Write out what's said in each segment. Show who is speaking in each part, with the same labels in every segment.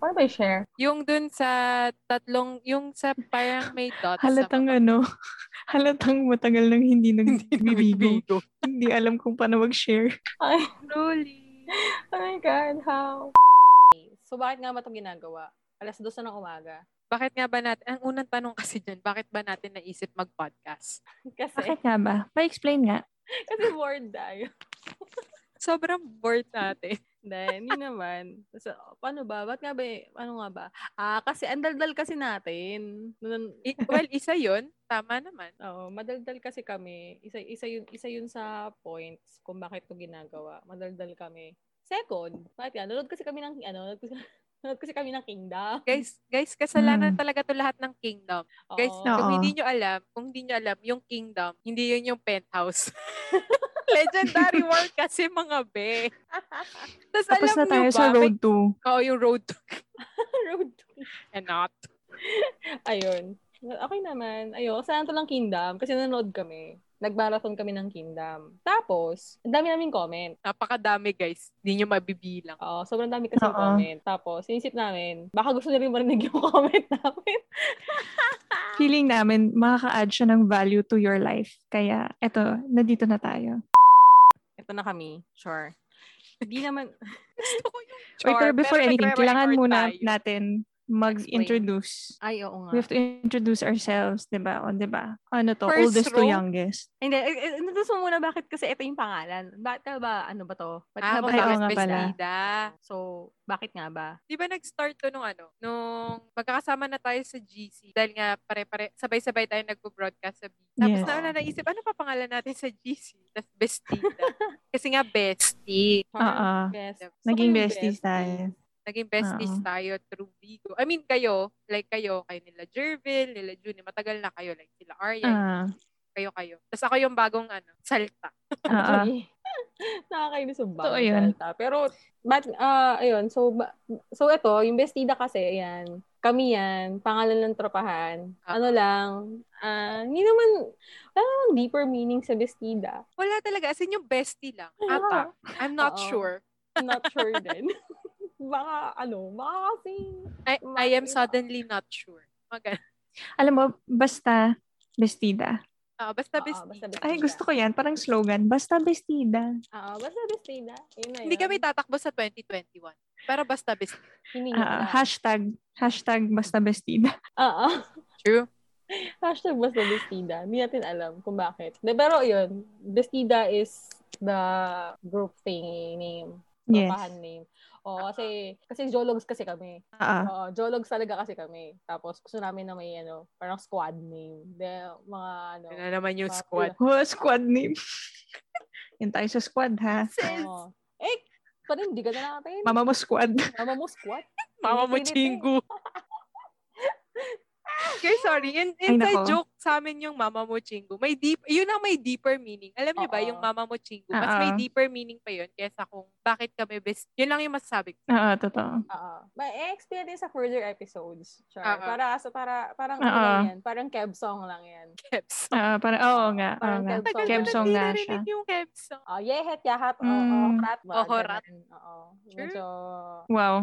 Speaker 1: Paano ba i-share?
Speaker 2: Yung dun sa tatlong, yung sa parang may dots.
Speaker 3: Halatang ano, halatang matagal nang hindi nagbibigo. hindi alam kung paano mag-share.
Speaker 1: Ay,
Speaker 2: Truly.
Speaker 1: oh my God, how?
Speaker 4: So, bakit nga ba ito ginagawa? Alas dos na ng umaga.
Speaker 2: Bakit nga ba natin, ang unang tanong kasi dyan, bakit ba natin naisip mag-podcast?
Speaker 4: Kasi,
Speaker 3: Bakit nga ba? Pa-explain nga.
Speaker 4: kasi bored tayo.
Speaker 2: Sobrang bored natin.
Speaker 4: Then, yun naman. So, paano ba? Ba't nga ba? eh? Ano nga ba? Ah, kasi andaldal kasi natin. Nun,
Speaker 2: I- well, isa yun. Tama naman.
Speaker 4: Oo, madaldal kasi kami. Isa, isa, yun, isa yun sa points kung bakit ito ginagawa. Madaldal kami. Second, bakit yan? Nanood kasi kami ng, ano, nanood kasi, nanood kasi kami ng Kingdom.
Speaker 2: Guys, guys, kasalanan
Speaker 3: Hmm.
Speaker 2: talaga to lahat ng kingdom.
Speaker 4: Oo.
Speaker 2: Guys,
Speaker 3: Oo.
Speaker 2: kung hindi nyo alam, kung hindi nyo alam, yung kingdom, hindi yun yung penthouse. Legendary war kasi mga be. Tapos
Speaker 3: Tapos
Speaker 2: alam
Speaker 3: na tayo
Speaker 2: nyo ba,
Speaker 3: sa
Speaker 2: may-
Speaker 3: road 2.
Speaker 2: Oo, yung road to Eh,
Speaker 4: road trip.
Speaker 2: cannot.
Speaker 4: Ayun. Okay naman. Ayun, saan to lang Kingdom? Kasi nanood kami. Nagmarathon kami ng Kingdom. Tapos, ang dami naming comment.
Speaker 2: Napakadami guys. Hindi nyo mabibilang.
Speaker 4: Oo, sobrang dami kasi
Speaker 3: Oo.
Speaker 4: comment. Tapos, inisip namin, baka gusto nyo rin marinig yung comment namin.
Speaker 3: Feeling namin, makaka-add siya ng value to your life. Kaya, eto, nandito na tayo.
Speaker 4: Ito na kami. Sure. Hindi naman,
Speaker 2: Gusto ko yung
Speaker 3: Wait,
Speaker 2: char,
Speaker 3: pero before
Speaker 2: pero
Speaker 3: anything,
Speaker 2: nagre-record
Speaker 3: kailangan muna
Speaker 2: tayo.
Speaker 3: natin mag-introduce.
Speaker 4: ay, oo nga.
Speaker 3: We have to introduce ourselves, di ba? O, di ba? Ano to?
Speaker 2: First
Speaker 3: oldest to
Speaker 2: row?
Speaker 3: youngest.
Speaker 4: Hindi, eh, eh, natas mo muna bakit kasi ito yung pangalan. Bakit ka ba, ano ba to? Bakit
Speaker 2: Ah,
Speaker 4: ka ba
Speaker 2: kung
Speaker 3: Ay, oo
Speaker 2: bakit
Speaker 3: nga pala.
Speaker 2: bestida.
Speaker 4: Ah, So, bakit nga ba?
Speaker 2: Di ba nag-start to nung ano? Nung magkakasama na tayo sa GC. Dahil nga pare-pare, sabay-sabay tayo nagpo-broadcast sa BC. Tapos
Speaker 3: Yes.
Speaker 2: na na naisip, ano pa pangalan natin sa GC? Tapos bestida. kasi nga bestie.
Speaker 3: Oo.
Speaker 4: Best.
Speaker 2: Diba?
Speaker 3: Naging
Speaker 4: Ako yung bestie.
Speaker 3: besties tayo.
Speaker 2: Naging besties
Speaker 3: Oo.
Speaker 2: tayo through Vigo. I mean, kayo, like kayo, kayo nila Jervil, nila Juni, matagal na kayo, like sila Arya,
Speaker 3: Ah,
Speaker 2: kayo-kayo. Tapos ako yung bagong ano, salta.
Speaker 3: oo.
Speaker 4: Actually, Nakakainis yung
Speaker 3: Totoo
Speaker 4: bagong
Speaker 3: yun.
Speaker 4: salta. Pero, but, ah, ayun, so, ba- so ito, yung bestida kasi, ayan, kami yan, pangalan ng tropahan.
Speaker 2: Ah.
Speaker 4: Ano lang, ah, hindi naman, wala namang deeper meaning sa bestida.
Speaker 2: Wala talaga, as in yung bestie lang.
Speaker 4: Kaya,
Speaker 2: Ata, I'm not
Speaker 4: Oo.
Speaker 2: sure.
Speaker 4: not sure din. baka, ano, baka kasi,
Speaker 2: I, I am
Speaker 4: Mga-
Speaker 2: suddenly not sure. Mga ganun.
Speaker 3: Alam mo, basta bestida.
Speaker 2: Ah, basta
Speaker 4: Oo,
Speaker 2: bestie.
Speaker 4: basta bestida.
Speaker 3: Ay, gusto ko yan. Parang slogan. Basta bestida.
Speaker 4: ah, basta bestida. Yun na
Speaker 2: Hindi
Speaker 4: yun.
Speaker 2: kami tatakbo sa 2021. Pero basta bestie.
Speaker 4: Hindi nyo alam.
Speaker 3: Ah, hashtag. Hashtag basta bestida.
Speaker 4: Oo.
Speaker 2: True.
Speaker 4: Hashtag basta bestida. Hindi natin alam kung bakit. De, pero yun, bestida is the group thingy name.
Speaker 3: Yes.
Speaker 4: Tropahan name. Oo, kasi, kasi jologs kasi kami.
Speaker 3: Ah,
Speaker 4: Oo, jologs talaga kasi kami. Tapos gusto namin na may ano, parang squad name. De, mga ano.
Speaker 2: Yun na naman yung
Speaker 4: mga
Speaker 2: squad.
Speaker 3: oh, squad name. yan tayo sa squad, ha?
Speaker 4: pila. Oo. Eh, panindigan na natin.
Speaker 3: Mama mo squad.
Speaker 4: Mama mo squad.
Speaker 2: Mama mo,
Speaker 4: Pinipilit eh.
Speaker 2: Chingu. Okay, sorry. In,
Speaker 3: Ay,
Speaker 2: inside
Speaker 3: nako.
Speaker 2: joke sa amin yung mama mo, Chingu. May deep, yun ang may deeper meaning. Alam niyo ba,
Speaker 4: Oo.
Speaker 2: yung mama mo, Chingu, mas
Speaker 3: Oo.
Speaker 2: may deeper meaning pa yun kesa kung bakit kami best. Yun lang yung masasabi ko.
Speaker 3: Oo, Ah, totoo.
Speaker 4: Oo. May experience sa further episodes. Char.
Speaker 2: Oo.
Speaker 4: Para, sa para, parang,
Speaker 3: Oo.
Speaker 4: ano lang yan, parang keb song lang yan.
Speaker 2: Kebs.
Speaker 3: Ah, parang, oo nga. Oo
Speaker 4: Parang
Speaker 3: nga.
Speaker 4: Kebs song.
Speaker 3: Kebs song
Speaker 2: ko
Speaker 3: nga
Speaker 2: na
Speaker 3: siya.
Speaker 2: narinig yung Kebs song.
Speaker 4: Oh, yehet, yahat, o,
Speaker 3: Mm.
Speaker 4: o, rat ba?
Speaker 2: Oho,
Speaker 4: Ganun.
Speaker 2: rat.
Speaker 4: Oo.
Speaker 2: Sure.
Speaker 4: Medyo,
Speaker 3: Wow.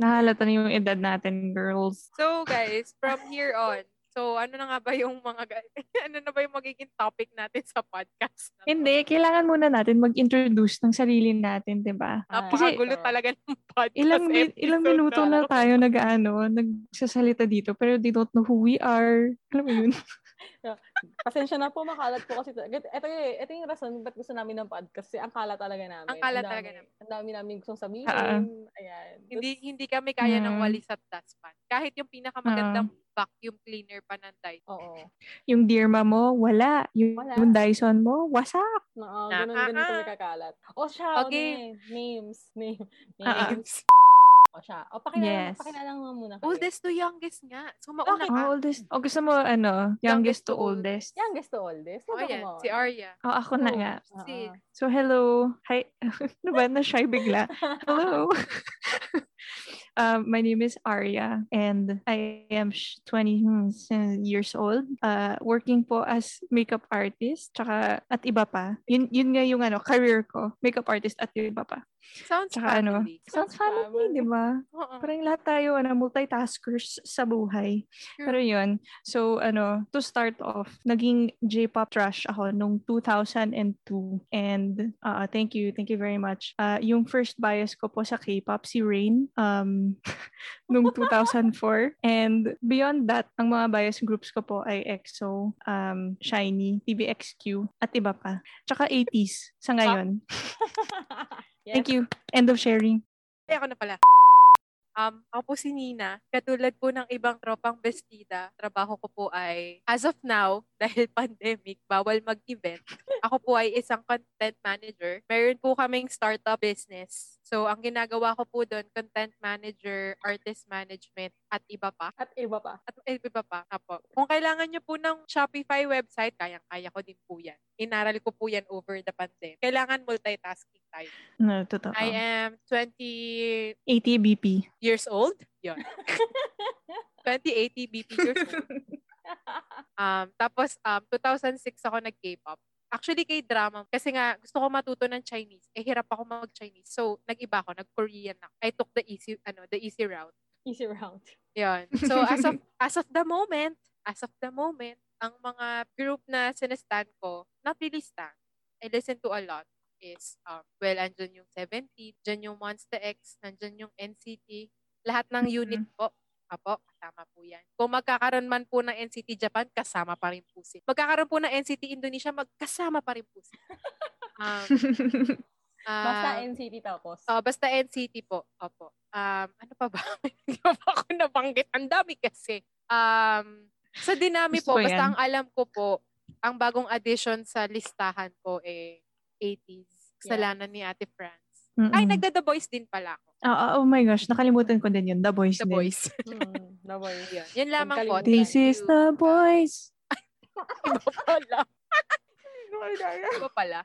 Speaker 3: Nahalata na yung edad natin, girls.
Speaker 2: So guys, from here on, so ano na nga ba yung mga, ga- ano na ba yung magiging topic natin sa podcast? na to?
Speaker 3: Hindi, kailangan muna natin mag-introduce ng sarili natin, di ba?
Speaker 2: Napakagulo
Speaker 4: Kasi-
Speaker 2: talaga ng podcast.
Speaker 3: Ilang, min-
Speaker 2: episode
Speaker 3: ilang minuto na
Speaker 2: to.
Speaker 3: tayo nag-ano, nagsasalita dito, pero they don't know who we are. Alam mo yun?
Speaker 4: Pasensya na po, makalat po kasi. Ito, ito, y- ito yung rason ba't gusto namin ng podcast. Kasi ang kalat talaga namin.
Speaker 2: Ang kalat
Speaker 4: dami-
Speaker 2: talaga namin. Ah.
Speaker 4: Ang dami namin gustong sabihin.
Speaker 3: Oo.
Speaker 4: Ayan.
Speaker 2: Hindi hindi kami kaya ng
Speaker 3: Mm.
Speaker 2: walis at dustpan. Kahit yung pinakamagandang
Speaker 3: Ah.
Speaker 2: vacuum cleaner pa ng Dyson.
Speaker 4: Oo.
Speaker 3: Yung Dirma mo, wala. Yung,
Speaker 4: Wala.
Speaker 3: yung Dyson mo, wasak.
Speaker 4: Oo,
Speaker 2: Na-
Speaker 4: ganun, ganun
Speaker 2: ah,
Speaker 4: kami kakalat. O siya,
Speaker 2: Okay.
Speaker 4: okay. names. Name,
Speaker 3: Ah,
Speaker 4: names. O siya. O, pakilala,
Speaker 3: Yes.
Speaker 4: pakilala mo muna kayo.
Speaker 2: Oldest to youngest nga. So mauna
Speaker 3: Oh,
Speaker 2: ka.
Speaker 3: oldest. O gusto mo, ano, youngest,
Speaker 2: Youngest
Speaker 3: to
Speaker 2: to
Speaker 3: oldest.
Speaker 4: Youngest to oldest.
Speaker 2: Oh,
Speaker 4: Sino
Speaker 2: yan.
Speaker 4: mo?
Speaker 2: Si Arya.
Speaker 3: Oh, ako na nga.
Speaker 4: Oo.
Speaker 2: Si
Speaker 3: So, hello. Hi. ano ba? Na-shy bigla. Hello. um, my name is Arya and I am sh- 20 years old. Uh, working po as makeup artist tsaka at iba pa. Yun, yun nga yung ano, career ko. Makeup artist at iba pa.
Speaker 2: Sounds
Speaker 3: Tsaka ano,
Speaker 2: family.
Speaker 3: Sounds family,
Speaker 4: family.
Speaker 3: di ba?
Speaker 2: Oo.
Speaker 3: Parang lahat tayo, ano, multitaskers sa buhay.
Speaker 2: True.
Speaker 3: Pero yun, so ano, to start off, naging J-pop trash ako nung 2002. And uh, thank you, thank you very much. Uh, yung first bias ko po sa K-pop, si Rain, um, nung 2004. And beyond that, ang mga bias groups ko po ay EXO, um, SHINee, TVXQ, at iba pa. Tsaka 80s sa ngayon.
Speaker 4: yes.
Speaker 3: Thank you. End of sharing.
Speaker 2: Ay, ako na pala. Um, ako po si Nina. Katulad po ng ibang tropang bestida, trabaho ko po ay, as of now, dahil pandemic, bawal mag-event. Ako po ay isang content manager. Meron po kaming startup business. So, ang ginagawa ko po doon, content manager, artist management, at iba pa.
Speaker 4: At iba pa.
Speaker 2: At eh, iba pa. Apo. Kung kailangan nyo po ng Shopify website, kayang-kaya ko din po yan. Inaral ko po yan over the pandemic. Kailangan multitasking tayo.
Speaker 3: No, totoo.
Speaker 2: I am 20
Speaker 3: ATBP.
Speaker 2: years old. Yun. 2080 BP years old. Um, tapos, um, 2006 ako nag-K-pop. Actually, kay drama. Kasi nga, gusto ko matuto ng Chinese. Eh, hirap ako mag-Chinese. So, nag-iba ako. Nag-Korean na. I took the easy, ano, the easy route.
Speaker 4: Easy round.
Speaker 2: Yun. So, as of, as of the moment, as of the moment, ang mga group na sinestan ko, not really stan. I listen to a lot is, um, well, andyan yung 17, andyan yung Monster X, nandyan yung NCT. Lahat ng
Speaker 3: Mhm.
Speaker 2: unit po. Apo, kasama po yan. Kung magkakaroon man po ng NCT Japan, kasama pa rin po sila. Magkakaroon po ng NCT Indonesia, magkasama pa rin po sila. Um, um,
Speaker 4: Basta NCT tapos.
Speaker 2: Oh, basta NCT po. Opo. Um, ano pa ba? Hindi pa ba ako nabanggit. Ang dami kasi. Um, sa dinami po,
Speaker 3: Gusto ko
Speaker 2: basta
Speaker 3: yan.
Speaker 2: ang alam ko po, ang bagong addition sa listahan ko eh 80s. Kasalanan ni Ate France. Ay,
Speaker 3: Mm-mm.
Speaker 2: nagda-The Boys din pala ako.
Speaker 3: Ah, ah, oh my gosh, nakalimutan ko din yun. The Boys
Speaker 2: The
Speaker 3: din.
Speaker 2: Boys.
Speaker 4: Mm, no worries.
Speaker 2: Yun, yun lamang po.
Speaker 4: Huwag
Speaker 3: This
Speaker 2: Thank
Speaker 3: is
Speaker 2: you.
Speaker 3: the Boys.
Speaker 2: Iba pala. Iba pala.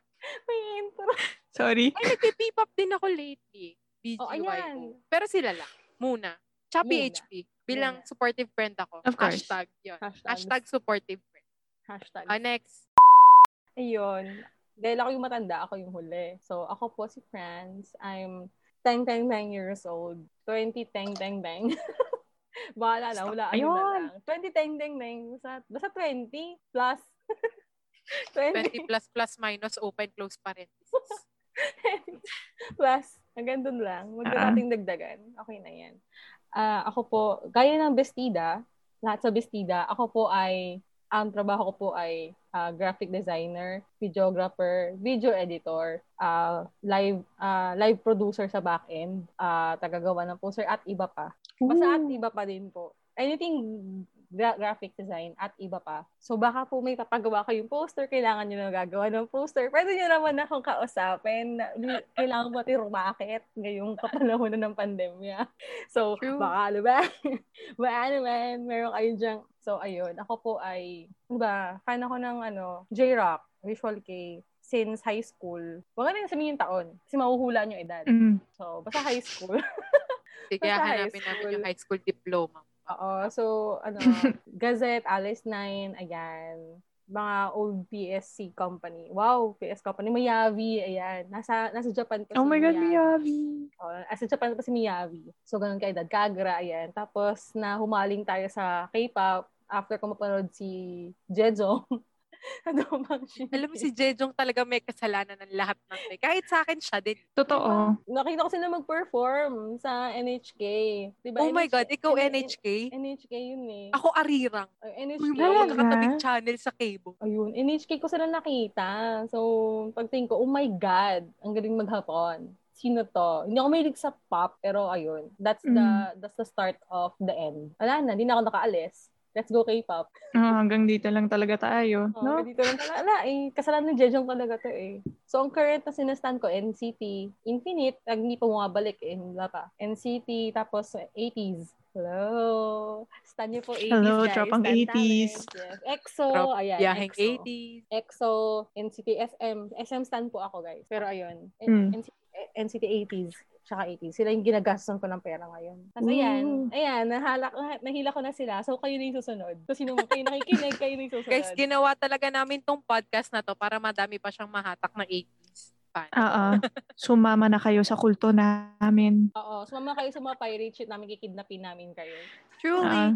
Speaker 4: May intro.
Speaker 3: Sorry.
Speaker 2: Ay, nagpipipop din ako lately. BGYO.
Speaker 4: Oh, ayan.
Speaker 2: Pero sila lang. Muna. Tsaka
Speaker 4: Muna.
Speaker 2: PHP. Bilang
Speaker 4: Muna.
Speaker 2: supportive friend ako.
Speaker 3: Of course.
Speaker 2: Hashtag. Yun.
Speaker 4: Hashtags.
Speaker 2: Hashtag supportive friend.
Speaker 4: Hashtag.
Speaker 2: Ah, next.
Speaker 4: Ayun. Dahil ako yung matanda, ako yung huli. So, ako po si Franz. I'm tang tang tang years old. 20 tang tang tang. Bahala na,
Speaker 3: Stop.
Speaker 4: wala. Ano na
Speaker 3: Ayun.
Speaker 4: lang. 20 tang tang tang. Basta, basta 20 plus. 20
Speaker 2: 20 plus plus minus open close parenthesis.
Speaker 4: plus. Hanggang dun lang. Huwag na
Speaker 3: Ah.
Speaker 4: nating dagdagan. Okay na yan. Ah, ako po, gaya ng bestida, lahat sa bestida, ako po ay, ang trabaho ko po ay ah, graphic designer, videographer, video editor, ah, live ah, live producer sa back-end, ah, tagagawa ng poster, at iba pa. Basta at iba pa din po. Anything gra- graphic design at iba pa. So baka po may papagawa kayong poster, kailangan nyo na gagawa ng poster. Pwede nyo naman akong kausapin. na li- Kailangan ba tayo rumakit ngayong kapanahon na ng pandemya? So
Speaker 2: True.
Speaker 4: baka ano ba? baka ano man, meron kayo dyan. So ayun, ako po ay, ano ba, fan ako ng ano, J-Rock, Visual K, since high school. Huwag na rin sabihin yung taon kasi mahuhulaan yung edad.
Speaker 3: Mm.
Speaker 4: So, basta high school.
Speaker 2: Sige,
Speaker 4: Basta high
Speaker 2: hanapin namin yung
Speaker 4: school.
Speaker 2: high school diploma.
Speaker 4: Oo. So, ano, Gazette, Alice 9, ayan. Mga old PSC company. Wow, PS company. Miyavi, ayan. Nasa, nasa Japan pa
Speaker 3: Oh
Speaker 4: si
Speaker 3: my God,
Speaker 4: Miyavi.
Speaker 3: Miyabi.
Speaker 4: Oo, nasa Japan pa si Miyavi. So, ganun ka edad. Kagra, ayan. Tapos, na humaling tayo sa K-pop after ko mapanood si Jejong. ano bang siya?
Speaker 2: Alam mo, si Jejong talaga may kasalanan ng lahat ng may. Kahit sa akin, siya din.
Speaker 3: Totoo.
Speaker 4: Diba? Nakita ko sila mag-perform sa NHK. Diba,
Speaker 2: Oh my God, ikaw
Speaker 4: N-
Speaker 2: NHK?
Speaker 4: NHK yun eh.
Speaker 2: Ako arirang.
Speaker 4: Ay, NHK.
Speaker 2: Uy,
Speaker 3: Talaga?
Speaker 2: mga magkakatabing channel sa cable.
Speaker 4: Ayun, NHK ko sila nakita. So, pagtingin ko, oh my God, ang galing maghapon. Sino to? Hindi ako mahilig sa pop, pero ayun. That's the
Speaker 3: Mm.
Speaker 4: that's the start of the end. Wala na, hindi na ako nakaalis. Let's go K-pop.
Speaker 3: Ah, hanggang dito lang talaga tayo.
Speaker 4: Diba? Oh,
Speaker 3: No?
Speaker 4: Dito lang talaga. Ala, eh, kasalanan ni Jejong talaga to eh. So, ang current na sinastan ko, NCT, Infinite, nag hindi pa bumabalik eh, wala pa. NCT, tapos eh, 80s. Hello. Stan niyo po 80s,
Speaker 3: Hello,
Speaker 4: guys.
Speaker 3: tropang
Speaker 4: Stan
Speaker 3: 80s.
Speaker 4: talent. Yes. EXO,
Speaker 2: Trop-
Speaker 4: ayan,
Speaker 2: Yaheng
Speaker 4: EXO.
Speaker 2: 80s.
Speaker 4: EXO, NCT SM. SM stan po ako, guys. Pero ayun, N-
Speaker 3: Mm.
Speaker 4: NCT, eh, NCT 80s, tsaka 80s. Sila yung ginagastos ko ng pera ngayon. Tapos
Speaker 3: Ooh.
Speaker 4: ayan, ayan, nahala, ko- nahila ko na sila. So, kayo na yung susunod. So, sino mo kayo nakikinig, kayo na yung susunod.
Speaker 2: Guys, ginawa talaga namin tong podcast na to para madami pa siyang mahatak na 80s. fan.
Speaker 3: Oo. Ah, Sumama na kayo sa kulto namin.
Speaker 4: Oo, sumama kayo sa mga pirate ship namin, kikidnapin namin kayo.
Speaker 2: Truly.
Speaker 3: Ah,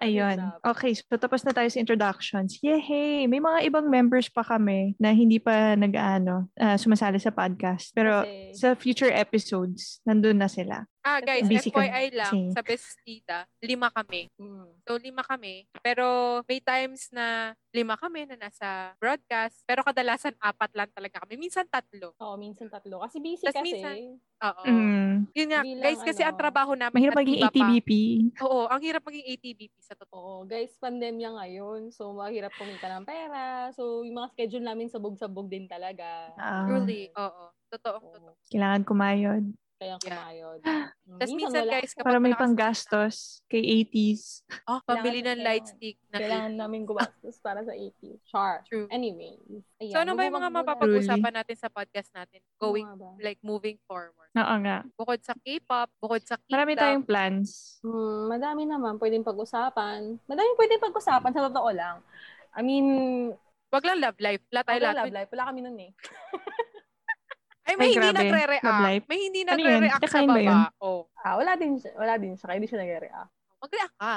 Speaker 3: ayun. Okay, so tapos na tayo sa introductions. Yehey! May mga ibang members pa kami na hindi pa nag-ano, ah, sumasali sa podcast. Pero
Speaker 4: Kasi-
Speaker 3: sa future episodes, nandun na sila.
Speaker 2: ah, guys,
Speaker 3: Busy ka-
Speaker 2: FYI lang,
Speaker 3: Sige.
Speaker 2: sa bestida, lima kami.
Speaker 4: Mm.
Speaker 2: So, lima kami. Pero may times na lima kami na nasa broadcast. Pero kadalasan, apat lang talaga kami. Minsan, tatlo.
Speaker 4: Oo, minsan tatlo. Kasi busy
Speaker 2: Tas
Speaker 4: kasi.
Speaker 2: minsan- Oo.
Speaker 4: Oh.
Speaker 3: Mm.
Speaker 2: Yun nga,
Speaker 4: Hindi lang,
Speaker 2: guys, kasi ang
Speaker 4: ano,
Speaker 2: trabaho namin.
Speaker 3: Mahirap
Speaker 2: at
Speaker 3: maging
Speaker 2: iba pa.
Speaker 3: ATBP.
Speaker 2: Oo, ang hirap maging ATBP sa totoo.
Speaker 4: Oo, guys, pandemya ngayon. So, mahirap kumita ng pera. So, yung mga schedule namin sabog-sabog din talaga.
Speaker 3: Ah.
Speaker 2: Truly, oo. Totoo, totoo.
Speaker 4: Oo,
Speaker 3: Kailangan kumayod.
Speaker 4: kaya
Speaker 2: Yeah.
Speaker 4: kumayod. Mm,
Speaker 2: Tapos minsan,
Speaker 4: wala.
Speaker 2: guys, kapag
Speaker 3: Para may
Speaker 2: malakas-
Speaker 3: panggastos kay 80s.
Speaker 2: Oh, pabili
Speaker 4: Ah, Kailangan
Speaker 2: ng
Speaker 4: na
Speaker 2: light
Speaker 4: kailangan.
Speaker 2: stick. Na
Speaker 4: Kailangan namin gumastos para sa AP. Char.
Speaker 2: True.
Speaker 4: Anyway. Ayan,
Speaker 2: So, ano ba yung mga
Speaker 4: magmumura.
Speaker 2: mapapag-usapan natin sa podcast natin? Going,
Speaker 4: Ano nga ba?
Speaker 2: like, moving forward.
Speaker 3: Oo nga.
Speaker 2: Bukod sa K-pop, bukod sa K-pop.
Speaker 3: Marami tayong plans.
Speaker 4: Hmm, madami naman pwedeng pag-usapan. Madami pwedeng pag-usapan sa totoo lang. I mean,
Speaker 2: Wag lang love life. Lahat tayo
Speaker 4: wala
Speaker 2: lahat.
Speaker 4: love life. Wala kami nun eh.
Speaker 2: Ay, may
Speaker 3: Ay,
Speaker 2: hindi
Speaker 3: grabe. Love
Speaker 2: nagre-react.
Speaker 3: life.
Speaker 2: May hindi
Speaker 3: Ano yun?
Speaker 2: nagre-react sa
Speaker 3: Kakain ba yun?
Speaker 2: baba. Oh.
Speaker 4: Ah, wala din siya. Wala din siya. Kaya di siya nag-react.
Speaker 2: Mag-react ka.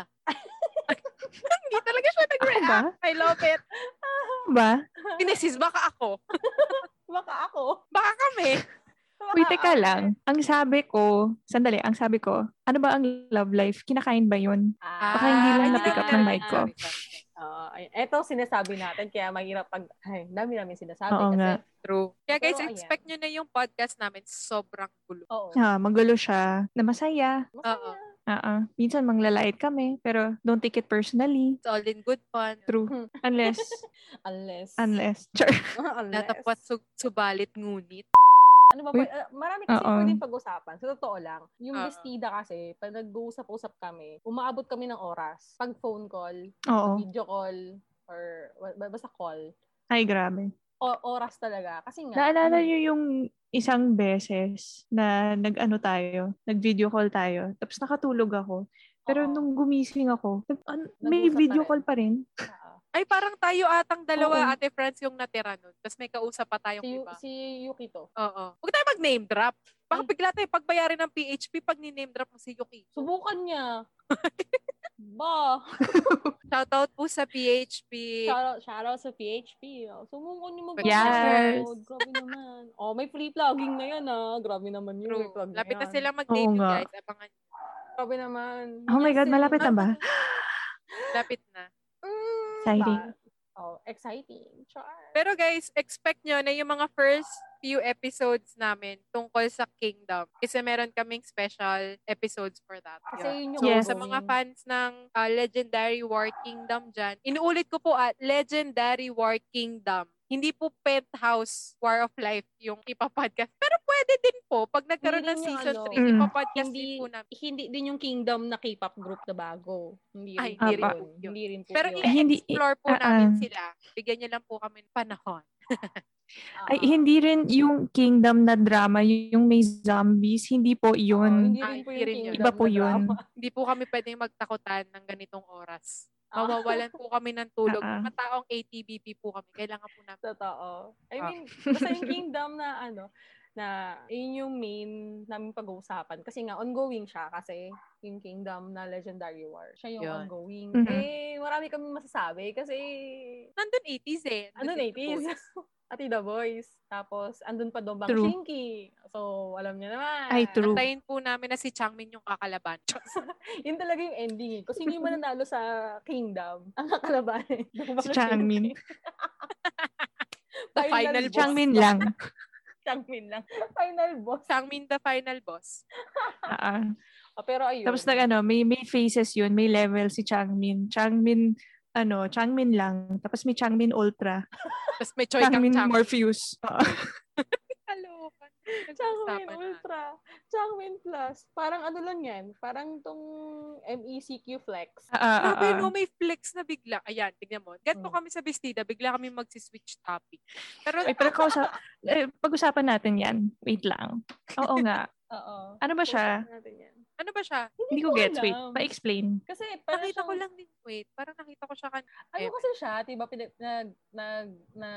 Speaker 2: hindi talaga siya
Speaker 3: Ano ba?
Speaker 2: nag-react. I love it.
Speaker 3: Ano Ba?
Speaker 2: Kinesis, baka ako.
Speaker 4: Baka ako.
Speaker 2: Baka kami.
Speaker 4: Baka
Speaker 3: Wait, teka
Speaker 4: ako.
Speaker 3: lang. Ang sabi ko, sandali, ang sabi ko, ano ba ang love life? Kinakain ba yun?
Speaker 4: Ah,
Speaker 3: Baka hindi lang
Speaker 2: Ah,
Speaker 3: na-pick up ng mic ko.
Speaker 2: Sorry, sorry, sorry.
Speaker 4: Ah, ay- eto sinasabi natin kaya mahirap pag ay dami namin sinasabi
Speaker 3: Oo
Speaker 4: kasi
Speaker 3: nga.
Speaker 2: True. Kaya guys,
Speaker 4: Pero ayan.
Speaker 2: expect nyo na yung podcast namin sobrang gulo.
Speaker 4: oo.
Speaker 3: Ha, magulo siya, na masaya.
Speaker 4: Masaya.
Speaker 2: Oo.
Speaker 3: Oo. Minsan manglalait kami, pero don't take it personally.
Speaker 2: It's all in good fun.
Speaker 3: True. Unless,
Speaker 4: Unless
Speaker 3: unless. Char.
Speaker 4: unless.
Speaker 2: Natapwat su- subalit ngunit.
Speaker 4: Ano ba? pwede- ah, marami kasi
Speaker 3: Oo.
Speaker 4: pwedeng pag-usapan. Sa totoo lang, yung
Speaker 2: Oo.
Speaker 4: bestida kasi, pag nag-uusap-usap kami, umaabot kami ng oras. Pag phone call,
Speaker 3: Oo.
Speaker 4: video call, or wa- ba- basta call.
Speaker 3: Ay, grabe.
Speaker 4: O, oras talaga. Kasi nga,
Speaker 3: Naalala
Speaker 4: ano-
Speaker 3: niyo yung isang beses na nag-ano tayo, nag-video call tayo, tapos nakatulog ako.
Speaker 4: Oo.
Speaker 3: Pero nung gumising ako, nag- an- may
Speaker 4: Nag-usap
Speaker 3: video
Speaker 4: pa rin.
Speaker 3: call pa rin.
Speaker 4: Oo.
Speaker 2: Ay, parang tayo atang dalawa,
Speaker 3: Oo.
Speaker 2: Ate Franz, yung natira nun. Tapos may kausap pa tayong
Speaker 4: Si, Yu-
Speaker 2: iba.
Speaker 4: si Yuki to.
Speaker 2: Oo. Huwag tayo mag-name drop. Baka
Speaker 3: Mm.
Speaker 4: Ay.
Speaker 2: bigla tayo pagbayarin ng PHP pag ni-name drop mo si Yuki.
Speaker 4: Subukan niya. ba?
Speaker 2: Shoutout po sa PHP.
Speaker 4: Shoutout, shoutout sa PHP. Oh. Sumuko niyo mag
Speaker 3: Yes.
Speaker 4: Grabe naman. Oh, may free plugging na yan ah. Grabe naman yun.
Speaker 2: True.
Speaker 4: May plug na
Speaker 2: Lapit na
Speaker 4: yan.
Speaker 2: sila mag-date,
Speaker 3: Oo
Speaker 2: you
Speaker 3: nga.
Speaker 2: guys. Abangan. nyo.
Speaker 4: Grabe naman.
Speaker 3: Oh my God, malapit na ba?
Speaker 2: Lapit na.
Speaker 4: Mm,
Speaker 3: Exciting.
Speaker 4: ba- Oh, exciting. Char.
Speaker 2: Pero guys, expect nyo na yung mga first few episodes namin tungkol sa Kingdom. Kasi meron kaming special episodes for that.
Speaker 4: Kasi yun
Speaker 2: Yun.
Speaker 4: yung eh.
Speaker 3: Yes.
Speaker 2: Sa
Speaker 4: ongoing.
Speaker 2: mga fans ng uh, Legendary War Kingdom dyan, inuulit ko po at Legendary War Kingdom. Hindi po Penthouse War of Life yung ipa-podcast. Pero pwede din po pag nagkaroon
Speaker 4: Hindi
Speaker 2: ng
Speaker 4: rin yung
Speaker 2: season
Speaker 4: ano.
Speaker 2: 3,
Speaker 3: Mm.
Speaker 2: ipa-podcast
Speaker 4: hindi,
Speaker 2: din po namin.
Speaker 4: hindi din yung kingdom na K-pop group na bago. Hindi rin,
Speaker 2: Ay,
Speaker 3: hindi
Speaker 4: po yun.
Speaker 3: rin
Speaker 2: po yun.
Speaker 4: Hindi rin po
Speaker 2: Pero
Speaker 4: yun.
Speaker 3: Ay, hindi-
Speaker 2: i-explore po
Speaker 3: ah, ah.
Speaker 2: namin sila. Bigyan niyo lang po kami ng panahon.
Speaker 4: Ah,
Speaker 3: Ay, hindi rin yung kingdom na drama, yung may zombies, hindi po
Speaker 4: oh,
Speaker 3: yun.
Speaker 4: hindi rin po yung
Speaker 2: Ay, hindi rin yun.
Speaker 4: kingdom
Speaker 3: Iba po
Speaker 4: na
Speaker 3: yun.
Speaker 4: drama.
Speaker 2: Hindi po kami pwedeng magtakutan ng ganitong oras.
Speaker 4: Ah.
Speaker 2: Mawawalan po kami ng tulog.
Speaker 3: Ah, ah.
Speaker 2: Mga taong ATBP po kami. Kailangan po namin.
Speaker 4: Totoo. I
Speaker 2: Ah.
Speaker 4: mean, basta yung kingdom na ano, na yun yung main namin pag-uusapan. Kasi nga, ongoing siya kasi yung kingdom na Legendary War. Siya yung
Speaker 2: Yun.
Speaker 4: ongoing.
Speaker 3: Mhm.
Speaker 4: Eh, marami kami masasabi kasi
Speaker 2: Nandun 80s eh.
Speaker 4: ano na it is. Ati The Boys. Tapos, andun pa doon Bang
Speaker 3: True.
Speaker 4: Shinky. So, alam niyo naman.
Speaker 3: Ay, true.
Speaker 2: Antayin po namin na si Changmin yung kakalaban.
Speaker 4: Yun talaga yung ending eh. Kung sino yung mananalo sa Kingdom, ang kakalaban eh.
Speaker 3: Si Changmin.
Speaker 2: The final
Speaker 3: Si
Speaker 2: boss.
Speaker 3: Changmin lang.
Speaker 4: Changmin lang. Final boss.
Speaker 2: Changmin the final boss.
Speaker 3: Ah, ah.
Speaker 4: Oh, pero ayun.
Speaker 3: Tapos nag ano, may may phases yun, may level si Changmin. Changmin ano, Changmin lang. Tapos may Changmin Ultra.
Speaker 2: Tapos may Choi Kang
Speaker 3: Changmin
Speaker 2: Changmin.
Speaker 3: Morpheus. Ah, Oo.
Speaker 2: Kalokan.
Speaker 4: Changmin
Speaker 2: Nag-uusapan na.
Speaker 4: Ultra. Changmin Plus. Parang ano lang yan. Parang tong MECQ Flex.
Speaker 3: Ah, ah,
Speaker 2: Grabe
Speaker 3: ah.
Speaker 2: no, may flex na bigla. Ayan, tignan mo. Ganto
Speaker 4: Mm.
Speaker 2: kami sa bestida, bigla kami magsiswitch topic. Pero
Speaker 3: Ay, pero kausa- eh, pag-usapan natin yan. Wait lang. Oo nga.
Speaker 4: Oo.
Speaker 3: Ano ba siya?
Speaker 4: Usapan natin yan.
Speaker 2: Ano ba siya?
Speaker 3: Hindi ko gets. Wait,
Speaker 4: alam.
Speaker 3: pa-explain.
Speaker 4: Kasi parang
Speaker 2: Nakita ko
Speaker 4: siyang-
Speaker 2: lang din. Wait, parang nakita ko siya kanina.
Speaker 4: Ano
Speaker 2: Eh.
Speaker 4: kasi siya, 'di ba, pinag nag nag na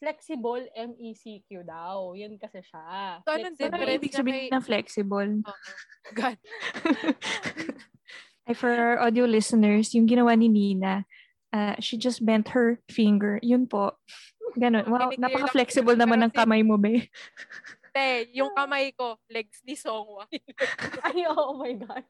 Speaker 4: flexible MECQ daw. 'Yun kasi siya.
Speaker 2: So, anong
Speaker 3: Ano
Speaker 2: Different
Speaker 3: ibig
Speaker 2: na
Speaker 3: sabihin
Speaker 2: may-
Speaker 3: na flexible?
Speaker 2: Oo. God.
Speaker 3: Ay, for our audio listeners, yung ginawa ni Nina, uh, she just bent her finger. Yun po. Ganun.
Speaker 2: Piniclear
Speaker 3: Wow,
Speaker 2: lang
Speaker 3: napaka-flexible
Speaker 2: yun,
Speaker 3: naman
Speaker 2: pero
Speaker 3: ng
Speaker 2: sin-
Speaker 3: kamay mo, be.
Speaker 2: Te, yung kamay ko, legs ni Songwa.
Speaker 4: Ay, oh my god.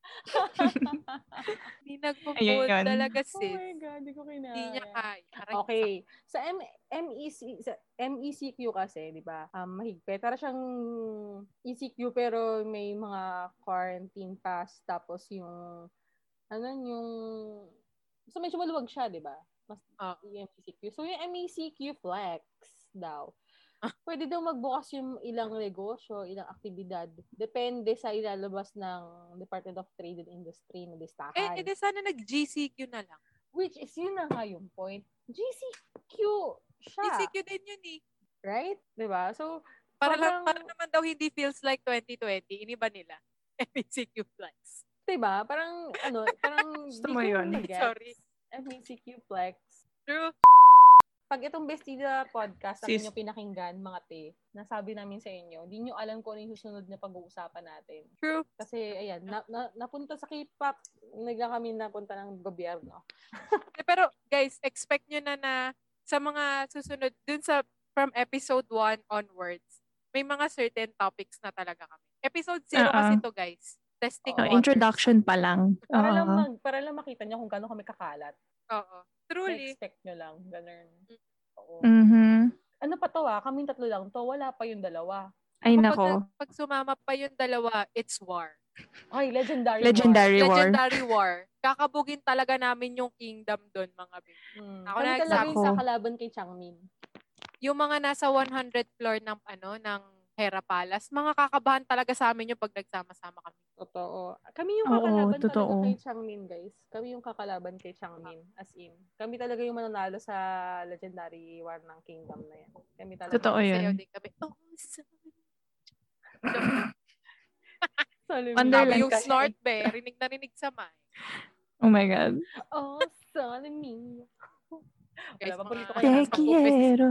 Speaker 2: Hindi nagpo-fold
Speaker 3: Ayun.
Speaker 2: talaga,
Speaker 4: Oh
Speaker 2: sis.
Speaker 4: my god, di ko kinaya.
Speaker 2: Hindi niya kaya. Aray,
Speaker 4: Okay. Sa M- MEC, sa MECQ kasi, di ba, um, mahigpit. Para siyang ECQ pero may mga quarantine pass. Tapos yung, ano yung, so medyo maluwag siya, di ba? Mas
Speaker 2: Ah.
Speaker 4: yung MECQ. So yung MECQ flex daw.
Speaker 2: Ah.
Speaker 4: Pwede daw magbukas yung ilang negosyo, ilang aktibidad. Depende sa ilalabas ng Department of Trade and Industry na listahan.
Speaker 2: Eh, edi sana nag-GCQ na lang.
Speaker 4: Which is, yun na nga yung point. GCQ siya,
Speaker 2: GCQ din yun eh.
Speaker 4: right? 'Di ba So,
Speaker 2: Para, lang,
Speaker 4: Parang-
Speaker 2: para naman daw hindi feels like 2020. Iniba nila. MECQ flex.
Speaker 4: 'di ba Parang, ano, parang...
Speaker 3: Gusto
Speaker 4: di
Speaker 3: mo
Speaker 4: ko
Speaker 3: yun?
Speaker 4: nag-gets.
Speaker 2: Sorry.
Speaker 4: MECQ Flex.
Speaker 2: True.
Speaker 4: Pag itong Bestida podcast ang
Speaker 3: Sis.
Speaker 4: inyo pinakinggan, mga te, nasabi namin sa inyo, di nyo alam kung ano yung susunod na pag-uusapan natin.
Speaker 2: True.
Speaker 4: Kasi, ayan, na, na- napunta sa K-pop, nagla kami napunta ng gobyerno.
Speaker 2: Eh, pero guys, expect nyo na na sa mga susunod, dun sa from episode 1 onwards, may mga certain topics na talaga kami. Episode 0
Speaker 3: Oo.
Speaker 2: kasi to guys. Testing
Speaker 4: Oo.
Speaker 3: No,
Speaker 2: waters.
Speaker 3: Uh-uh. Uh, introduction pa lang.
Speaker 4: Para, lang,
Speaker 3: Oo.
Speaker 4: mag, para lang makita nyo kung gaano kami kakalat.
Speaker 2: Oo. Truly.
Speaker 4: expect nyo lang. Ganun.
Speaker 3: Mm.
Speaker 4: Oo.
Speaker 3: Mhm.
Speaker 4: Ano pa to ah? Kaming tatlo lang to. Wala pa yung dalawa.
Speaker 3: Ay,
Speaker 2: Kapag
Speaker 3: nako.
Speaker 2: na- Pag sumama pa yung dalawa, it's war.
Speaker 4: Ay, legendary.
Speaker 3: Legendary war.
Speaker 2: Legendary war. Kakabugin talaga namin yung kingdom doon, mga babe.
Speaker 4: Mm.
Speaker 2: Ako
Speaker 4: Kami
Speaker 2: na
Speaker 4: talaga yung
Speaker 3: exact.
Speaker 4: sa kalaban kay Changmin.
Speaker 2: Yung mga nasa 100th floor ng ano ng Hera Palace, mga kakabahan talaga sa amin yung pag nagsama-sama kami.
Speaker 4: Totoo. Kami yung
Speaker 3: Oo,
Speaker 4: kakalaban
Speaker 3: totoo.
Speaker 4: talaga kay Changmin, guys. Kami yung kakalaban kay Changmin. As in. Kami talaga yung mananalo sa legendary war ng kingdom na yan. Kami talaga.
Speaker 3: Totoo yun.
Speaker 2: Sayaw din kami. Oh, sorry.
Speaker 4: Salim.
Speaker 3: Wonderland
Speaker 2: Sabi yung
Speaker 3: kasi.
Speaker 2: snort, be. Rinig na rinig sa mic.
Speaker 3: Oh my God.
Speaker 4: Oh, Salim.
Speaker 2: Guys,
Speaker 4: Wala, paborito ko
Speaker 3: Te
Speaker 4: yan.
Speaker 3: quiero.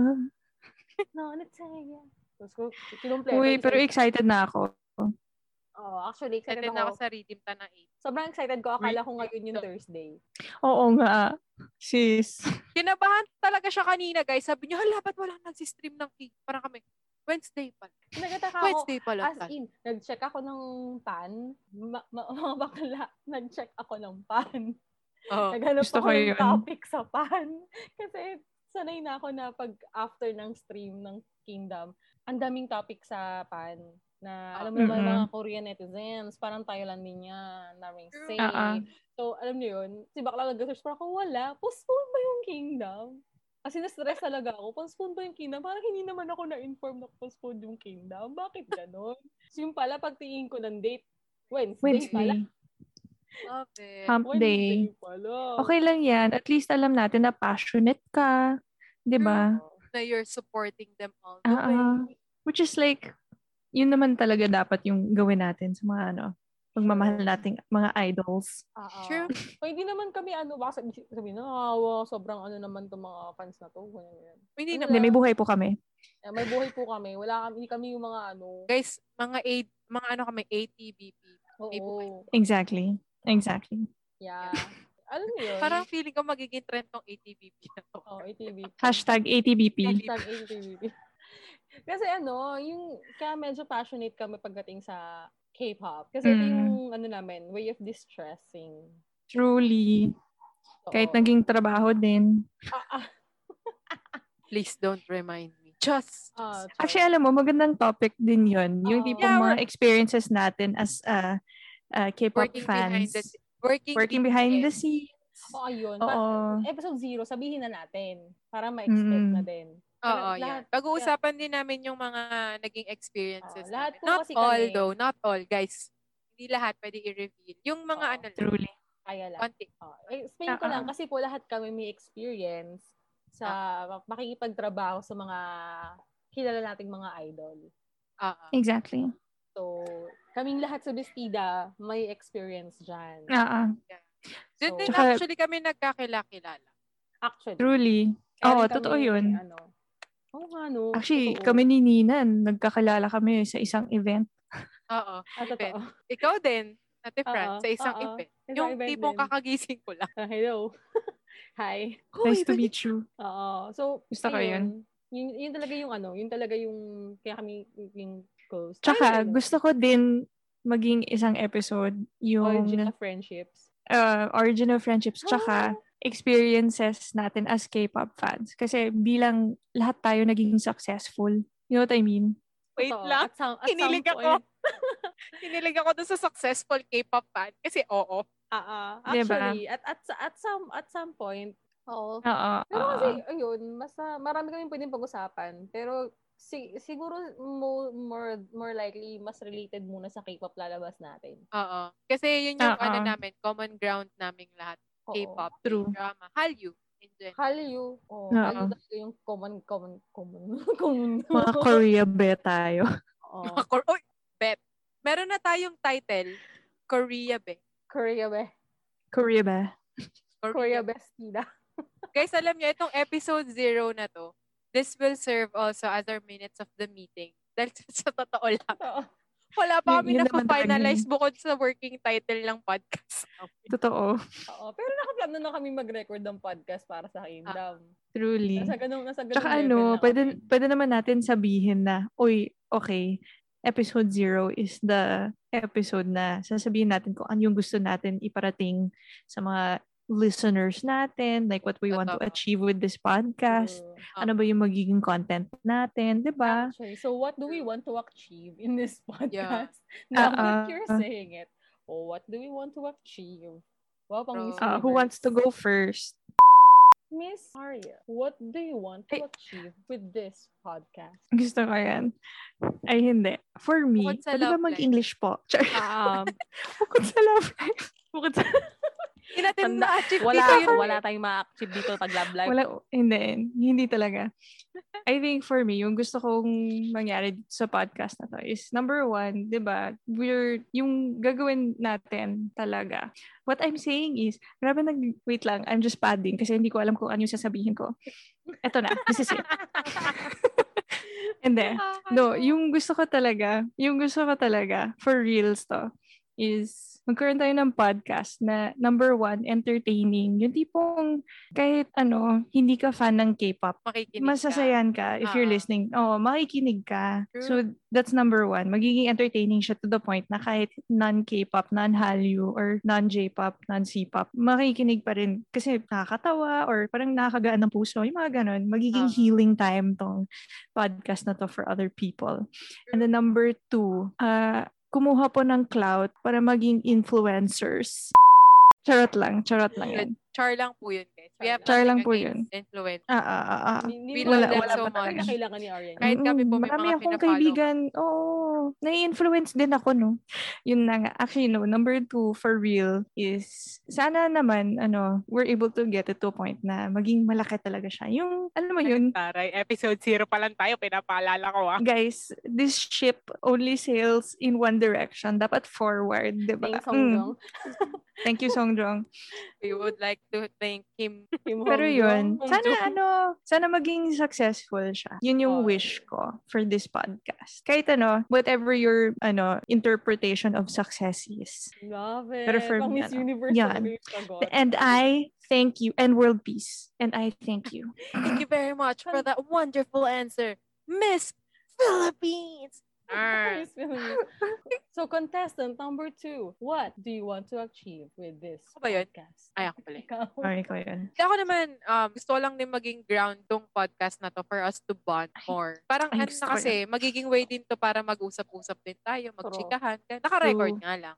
Speaker 4: No, Nataya. Tapos ko, kinumple.
Speaker 3: Uy, pero excited na ako.
Speaker 4: Oh, actually, excited,
Speaker 2: Excited na ako
Speaker 4: ako.
Speaker 2: sa redeem ta na 8.
Speaker 4: Sobrang excited ko. Akala ko ngayon yung Thursday.
Speaker 3: Oo nga. Sis.
Speaker 2: Kinabahan talaga siya kanina, guys. Sabi niya, hala, ba't walang nagsistream ng cake? Parang kami, Wednesday pa. lang.
Speaker 4: Nagataka ako.
Speaker 2: Wednesday pa lang.
Speaker 4: As in, nag-check ako ng pan. Ma- ma- mga bakla, nag-check ako ng pan.
Speaker 2: Oh.
Speaker 4: Naghanap
Speaker 3: gusto
Speaker 4: ako
Speaker 3: ko
Speaker 4: ng
Speaker 3: yun.
Speaker 4: topic sa pan. Kasi sanay na ako na pag after ng stream ng Kingdom, ang daming topic sa pan na alam mo naman mga
Speaker 3: Mm-mm.
Speaker 4: Korean netizens, parang tayo lang din niya, naming
Speaker 2: True.
Speaker 4: say.
Speaker 3: Ah, ah.
Speaker 4: So, alam niyo yun, si Bakla nag-search pa ako, wala, postpone ba yung Kingdom? Kasi na-stress talaga ako, postpone ba yung Kingdom? Parang hindi naman ako na-inform na postpone yung Kingdom. Bakit ganon? so, yung pala, pagtingin ko ng date, Wednesday, pala.
Speaker 3: Wednesday.
Speaker 2: Love it.
Speaker 3: Hump day.
Speaker 4: Wednesday pala.
Speaker 3: Okay lang yan. At least alam natin na passionate ka. 'Di ba?
Speaker 4: Oo.
Speaker 2: na you're supporting them all the
Speaker 3: Ah, ah.
Speaker 2: way.
Speaker 3: Which is like, yun naman talaga dapat yung gawin natin sa mga ano, pagmamahal nating mga idols.
Speaker 4: Oo.
Speaker 2: True.
Speaker 4: O, hindi naman kami, ano, baka sabi, sabi na, "Ah, wow, sobrang ano naman itong mga fans na to. Ganyan, ganyan.
Speaker 2: Hindi
Speaker 4: Ano
Speaker 3: Hindi,
Speaker 2: naman.
Speaker 3: may buhay po kami.
Speaker 4: Eh, may buhay po kami. Wala kami, hindi kami yung mga ano.
Speaker 2: Guys, mga aid, mga ano kami, ATBP. may buhay.
Speaker 4: Oo.
Speaker 3: Exactly. Exactly.
Speaker 4: Yeah. Alam niyo yun?
Speaker 2: Parang feeling ko magiging trend tong ATBP na to.
Speaker 4: oh, ATVP.
Speaker 3: Hashtag ATBP.
Speaker 4: Hashtag ATVP. Kasi ano, yung, kaya medyo passionate kami pagdating sa K-pop. Kasi ito
Speaker 3: Mm.
Speaker 4: yung, ano namin, way of distressing.
Speaker 3: Truly.
Speaker 4: Oo.
Speaker 3: Kahit naging trabaho din.
Speaker 4: Ah, ah,
Speaker 2: Please don't remind me. Just.
Speaker 4: ah,
Speaker 2: just-
Speaker 3: Actually, alam mo, magandang topic din yun. Yung
Speaker 4: Oo.
Speaker 3: tipong
Speaker 2: Yeah,
Speaker 3: mga experiences natin as uh, uh, K-pop
Speaker 2: working behind
Speaker 3: fans.
Speaker 2: the working,
Speaker 3: working behind the
Speaker 2: scenes.
Speaker 3: scenes.
Speaker 4: Oo, Oh, ayun. Pa-
Speaker 3: Oo.
Speaker 4: episode zero, sabihin na natin. Para ma-expect
Speaker 3: Mm.
Speaker 4: na din.
Speaker 2: Oo,
Speaker 4: Parang
Speaker 2: yan.
Speaker 4: lahat-
Speaker 2: Pag-uusapan din namin yung mga naging experiences.
Speaker 4: Oo, Ah, lahat
Speaker 2: namin.
Speaker 4: po
Speaker 2: not
Speaker 4: kasi
Speaker 2: all
Speaker 4: kami-
Speaker 2: though, not all guys. Hindi lahat pwede i-reveal. Yung mga
Speaker 4: Oo.
Speaker 2: ano lang,
Speaker 3: Truly.
Speaker 4: Kaya lang.
Speaker 2: konti.
Speaker 4: Oh, explain ko
Speaker 3: Ah,
Speaker 4: lang
Speaker 3: ah.
Speaker 4: kasi po lahat kami may experience sa
Speaker 3: Ah.
Speaker 4: makikipagtrabaho sa mga kilala nating mga idol.
Speaker 2: Oo.
Speaker 3: Exactly.
Speaker 4: So, kaming lahat sa Bestida, may experience dyan.
Speaker 3: Ah, ah,
Speaker 2: Doon
Speaker 4: So,
Speaker 2: din
Speaker 3: Tsaka-
Speaker 2: actually kami nagkakilala-kilala.
Speaker 4: Actually.
Speaker 3: truly.
Speaker 4: Kaya
Speaker 3: Oo,
Speaker 4: rin kami,
Speaker 3: totoo yun.
Speaker 4: Ano, Oo nga, no.
Speaker 3: Actually,
Speaker 4: totoo.
Speaker 3: kami ni Nina, nagkakilala kami sa isang event.
Speaker 2: Oo.
Speaker 4: Ah, totoo.
Speaker 2: Ikaw din, Ate Fran,
Speaker 4: Oo,
Speaker 2: sa isang
Speaker 4: oo.
Speaker 2: event.
Speaker 4: Isang
Speaker 2: Yung
Speaker 4: event
Speaker 2: tipong
Speaker 4: din.
Speaker 2: kakagising ko lang.
Speaker 4: Ah, hello. Hi.
Speaker 3: Nice to meet you.
Speaker 4: Oo. So,
Speaker 3: Gusto ko
Speaker 4: ayun. Yun, yun talaga yung ano, yun talaga yung, kaya kami yung close.
Speaker 3: Tsaka,
Speaker 4: Tayo, ano,
Speaker 3: gusto ko din maging isang episode yung
Speaker 4: Origin of friendships. Ah.
Speaker 3: uh, origin of friendships tsaka experiences natin as K-pop fans. Kasi bilang lahat tayo naging successful. You know what I mean?
Speaker 2: Wait
Speaker 4: Totoo.
Speaker 2: lang.
Speaker 4: At some, at
Speaker 2: Kinilig
Speaker 4: some
Speaker 2: ako.
Speaker 4: point-
Speaker 2: Kinilig ako dun sa successful K-pop fan. Kasi oo.
Speaker 4: Ah, ah.
Speaker 3: Diba?
Speaker 4: actually, at, at, at some, at some point, oo.
Speaker 3: Oo. Ah.
Speaker 4: Pero
Speaker 3: oo.
Speaker 4: kasi, ayun, mas na- marami kami pwedeng pag-usapan. Pero, si, siguro, mo, more, more likely, mas related muna sa K-pop lalabas natin.
Speaker 2: Oo. Kasi yun yung
Speaker 3: Oo.
Speaker 2: ano namin, common ground naming lahat.
Speaker 4: Oo.
Speaker 2: K-pop,
Speaker 3: True.
Speaker 2: drama, Hallyu, in general.
Speaker 4: Hallyu. Oo,
Speaker 3: Oo.
Speaker 4: Hallyu talaga yung common, common, common, common.
Speaker 3: Mga Korea be tayo.
Speaker 4: Oo.
Speaker 2: Mga Kor- Uy, bet. Meron na tayong title, Korea Be.
Speaker 4: Korea be.
Speaker 3: Korea ba?
Speaker 4: Korea
Speaker 2: Be.
Speaker 4: bestida.
Speaker 2: Guys, alam niyo, itong episode zero na to, this will serve also as our minutes of the meeting. Dahil sa totoo lang,
Speaker 4: Oo.
Speaker 2: wala
Speaker 3: Yun-
Speaker 2: pa kami
Speaker 3: yun naman talaga
Speaker 2: na-finalize
Speaker 3: yun.
Speaker 2: bukod sa working title ng podcast.
Speaker 3: Totoo.
Speaker 4: Oo. Pero nakaplano na kami mag-record ng podcast para sa Kingdom.
Speaker 3: Truly.
Speaker 4: Nasa ganung, nasa ganung
Speaker 3: Tsaka
Speaker 4: level
Speaker 3: ano,
Speaker 4: na
Speaker 3: pwede,
Speaker 4: kami.
Speaker 3: pwede naman natin sabihin na, uy, okay, episode zero is the episode na sasabihin natin kung ano yung gusto natin iparating sa mga listeners natin, like what we want to
Speaker 2: Totoo.
Speaker 3: achieve with this
Speaker 2: Mm,
Speaker 3: podcast,
Speaker 4: Oo.
Speaker 3: ano ba yung magiging content natin, di ba?
Speaker 4: Actually, so what do we want to achieve in this podcast? Now
Speaker 3: Yeah.
Speaker 4: that
Speaker 3: Ah,
Speaker 4: you're
Speaker 3: ah.
Speaker 4: saying it, oh, what do we want to achieve? Wow, pang Miss
Speaker 2: Ah,
Speaker 3: Uh, who wants to
Speaker 4: Universe.
Speaker 3: go first?
Speaker 4: Miss Aria, what do you want
Speaker 3: Ay.
Speaker 4: to achieve with this podcast?
Speaker 3: Gusto ko yan. Ay, hindi. For me,
Speaker 2: Bukod sa
Speaker 3: pwede ba
Speaker 2: love life.
Speaker 3: mag-English po? Char,
Speaker 4: Ah,
Speaker 3: bukod sa love life. Bukod sa...
Speaker 2: Inatim
Speaker 4: Tanda-
Speaker 2: na achieve
Speaker 4: wala,
Speaker 2: dito yun.
Speaker 4: wala tayong ma-achieve dito pag love life.
Speaker 3: Wala, hindi. Hindi talaga. I think for me, yung gusto kong mangyari dito sa podcast na to is number one, di ba, we're, yung gagawin natin talaga. What I'm saying is, grabe nag, wait lang, I'm just padding kasi hindi ko alam kung ano yung sasabihin ko. Eto na, this is it. Hindi. No, yung gusto ko talaga, yung gusto ko talaga, for reals to, is magkaroon tayo ng podcast na number one, entertaining. Yung tipong kahit ano, hindi ka fan ng K-pop,
Speaker 2: Makikinig ka.
Speaker 3: masasayan ka if you're
Speaker 2: Oo.
Speaker 3: listening. Oo, makikinig ka.
Speaker 2: True.
Speaker 3: So, that's number one. Magiging entertaining siya to the point na kahit non-K-pop, non-Hallyu, or non-J-pop, non-C-pop, makikinig pa rin. Kasi nakakatawa or parang nakakagaan ng puso. Yung mga ganun. Magiging
Speaker 2: Oo.
Speaker 3: healing time tong podcast na to for other people. And then number two, ah, kumuha po ng clout para maging influencers. Charot lang. Charot lang yan.
Speaker 2: Char lang po yun, guys. We have
Speaker 3: Char
Speaker 2: nothing
Speaker 3: lang po
Speaker 2: against Influence.
Speaker 3: Ah, ah, ah, ah.
Speaker 4: Hindi
Speaker 2: Wala-
Speaker 4: naman
Speaker 2: wala
Speaker 4: natin
Speaker 2: pa talaga.
Speaker 4: kailangan ni Aria.
Speaker 2: Kahit kami po,
Speaker 3: Mm-mm.
Speaker 2: may
Speaker 3: Marami
Speaker 2: mga
Speaker 3: akong
Speaker 2: pinapalo.
Speaker 3: kaibigan. Oo. nai-influence din ako, no? Yun na nga. Actually, no. Number two, for real, is sana naman, ano, we're able to get it to a point na maging malaki talaga siya. Yung, alam mo yun,
Speaker 2: Taray, episode zero pa lang tayo, pinapaalala ko ah.
Speaker 3: guys, this ship only sails in one direction. Dapat forward, di ba?
Speaker 4: Thanks,
Speaker 3: Mm.
Speaker 4: Songjong.
Speaker 3: Thank you, Songjong.
Speaker 2: We would like to thank him.
Speaker 4: Kim
Speaker 3: Pero
Speaker 4: Hongjong,
Speaker 3: yun,
Speaker 4: Hongjong.
Speaker 3: sana ano, sana maging successful siya. Yun yung
Speaker 4: Oo.
Speaker 3: wish ko for this podcast. Kahit ano, whatever your ano interpretation of success is.
Speaker 4: Love it.
Speaker 3: Pero for
Speaker 4: Pang
Speaker 3: me,
Speaker 4: Miss
Speaker 3: ano,
Speaker 4: Universe
Speaker 3: yan.
Speaker 4: talaga yung sagot.
Speaker 3: And I thank you and world peace. And I thank you.
Speaker 2: Thank you very much for that wonderful answer, Miss Philippines. Arr.
Speaker 4: Miss Philippines. so, contestant number two, what do you want to achieve with this
Speaker 2: Ako ba yun?
Speaker 4: podcast?
Speaker 2: Ay, ako pala.
Speaker 4: Ikaw.
Speaker 3: Sorry ko yun.
Speaker 2: Kaya ako naman, um, gusto ko lang din maging ground tong podcast na to for us to bond more. Parang ano
Speaker 3: ay, gusto
Speaker 2: na
Speaker 3: ko
Speaker 2: kasi, magiging way din to para mag-usap-usap din tayo, magchikahan. Kaya Naka-record nga lang.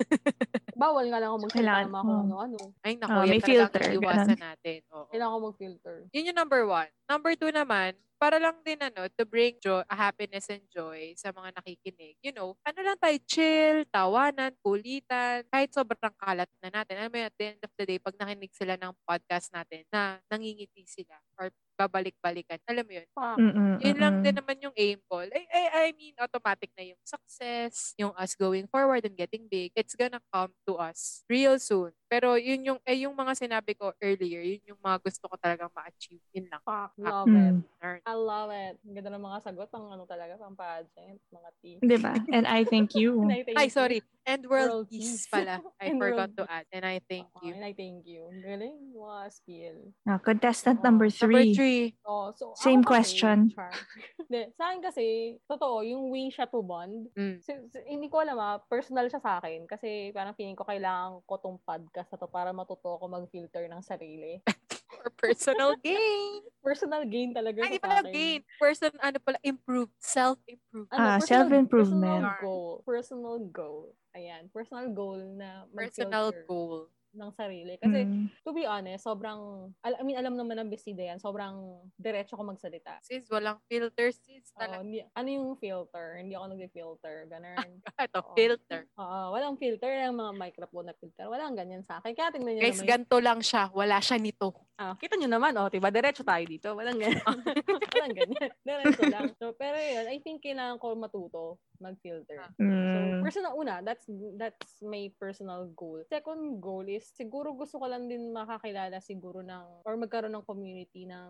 Speaker 4: Bawal nga lang ako magsalita
Speaker 3: Kailangan-
Speaker 4: ng mga kung
Speaker 3: oo.
Speaker 4: ano-ano.
Speaker 2: Ay, naku,
Speaker 3: Ah,
Speaker 2: yan
Speaker 3: may
Speaker 2: talaga
Speaker 3: filter,
Speaker 2: ang iwasan natin. Oo.
Speaker 4: Kailangan ko mag-filter.
Speaker 2: Yun yung number one. Number two naman, para lang din ano, to bring joy, a happiness and joy sa mga nakikinig. You know, ano lang tayo, chill, tawanan, kulitan, kahit sobrang kalat na natin. Alam mo yun, at the end of the day, pag nakinig sila ng podcast natin, na nangingiti sila or pagbabalik-balikan. Alam mo yun?
Speaker 3: Mm-mm,
Speaker 2: Yun lang
Speaker 3: mm-mm.
Speaker 2: din naman yung aim ko. I, I, I mean, automatic na yung success, yung us going forward and getting big. It's gonna come to us real soon. Pero yun yung, eh, yung mga sinabi ko earlier, yun yung mga gusto ko talagang ma-achieve. Yun lang.
Speaker 1: Fuck.
Speaker 4: Love it.
Speaker 3: Mm.
Speaker 2: Darn.
Speaker 4: I love it. Ang ganda ng mga sagot. Pang ano talaga, pang pageant, mga tea.
Speaker 3: Diba? And I thank you.
Speaker 4: And I thank
Speaker 2: Ay,
Speaker 4: you.
Speaker 2: sorry. And
Speaker 4: World
Speaker 2: world,
Speaker 4: peace.
Speaker 2: peace pala. I
Speaker 4: And
Speaker 2: forgot
Speaker 4: world
Speaker 2: to add. And I thank
Speaker 4: Oo,
Speaker 2: you.
Speaker 4: And I thank you. Ang Galing. Wow, spiel.
Speaker 3: Ah, contestant number
Speaker 2: Number
Speaker 3: three.
Speaker 2: three.
Speaker 4: Oh, so, ako
Speaker 3: Same
Speaker 4: kasi,
Speaker 3: question.
Speaker 4: Char. Hindi, sa akin kasi, totoo, yung way siya to bond,
Speaker 2: Mm.
Speaker 4: So, so, hindi ko alam ah, personal siya sa akin kasi parang feeling ko kailangan ko tong podcast na to para matuto ko mag-filter ng sarili.
Speaker 2: For personal gain.
Speaker 4: Personal gain talaga
Speaker 2: Ay,
Speaker 4: siya
Speaker 2: di
Speaker 4: sa
Speaker 2: pala
Speaker 4: akin.
Speaker 2: gain. Person, ano pala, improved. Self-improved.
Speaker 4: Ano,
Speaker 3: Ah,
Speaker 4: personal-
Speaker 3: self-improvement.
Speaker 4: Personal goal. Personal goal. Ayan, personal goal na
Speaker 2: Personal
Speaker 4: mag-filter
Speaker 2: goal.
Speaker 4: ng sarili. Kasi,
Speaker 3: Mm.
Speaker 4: to be honest, sobrang, al- I mean, alam naman ng bestida yan, sobrang diretso ko magsalita.
Speaker 2: Sis, walang filter. Sis,
Speaker 4: Oo,
Speaker 2: talaga.
Speaker 4: hindi- ano yung filter? Hindi ako nag-filter. Ganun.
Speaker 2: Ito,
Speaker 4: Oo.
Speaker 2: filter.
Speaker 4: Oo, walang filter. Yung mga microphone na filter. Walang ganyan sa akin. Kaya tingnan nyo
Speaker 2: Guys,
Speaker 4: naman yung-
Speaker 2: ganito lang siya. Wala siya nito.
Speaker 4: Ah, kita nyo naman, oh, diba? Diretso tayo dito. Walang ganyan.
Speaker 2: Oh.
Speaker 4: Walang ganyan. Diretso lang. So, pero yun, I think kailangan ko matuto
Speaker 2: Ah.
Speaker 4: mag-filter. So,
Speaker 3: Mm.
Speaker 4: personal una, that's that's my personal goal. Second goal is siguro gusto ko lang din makakilala siguro ng or magkaroon ng community ng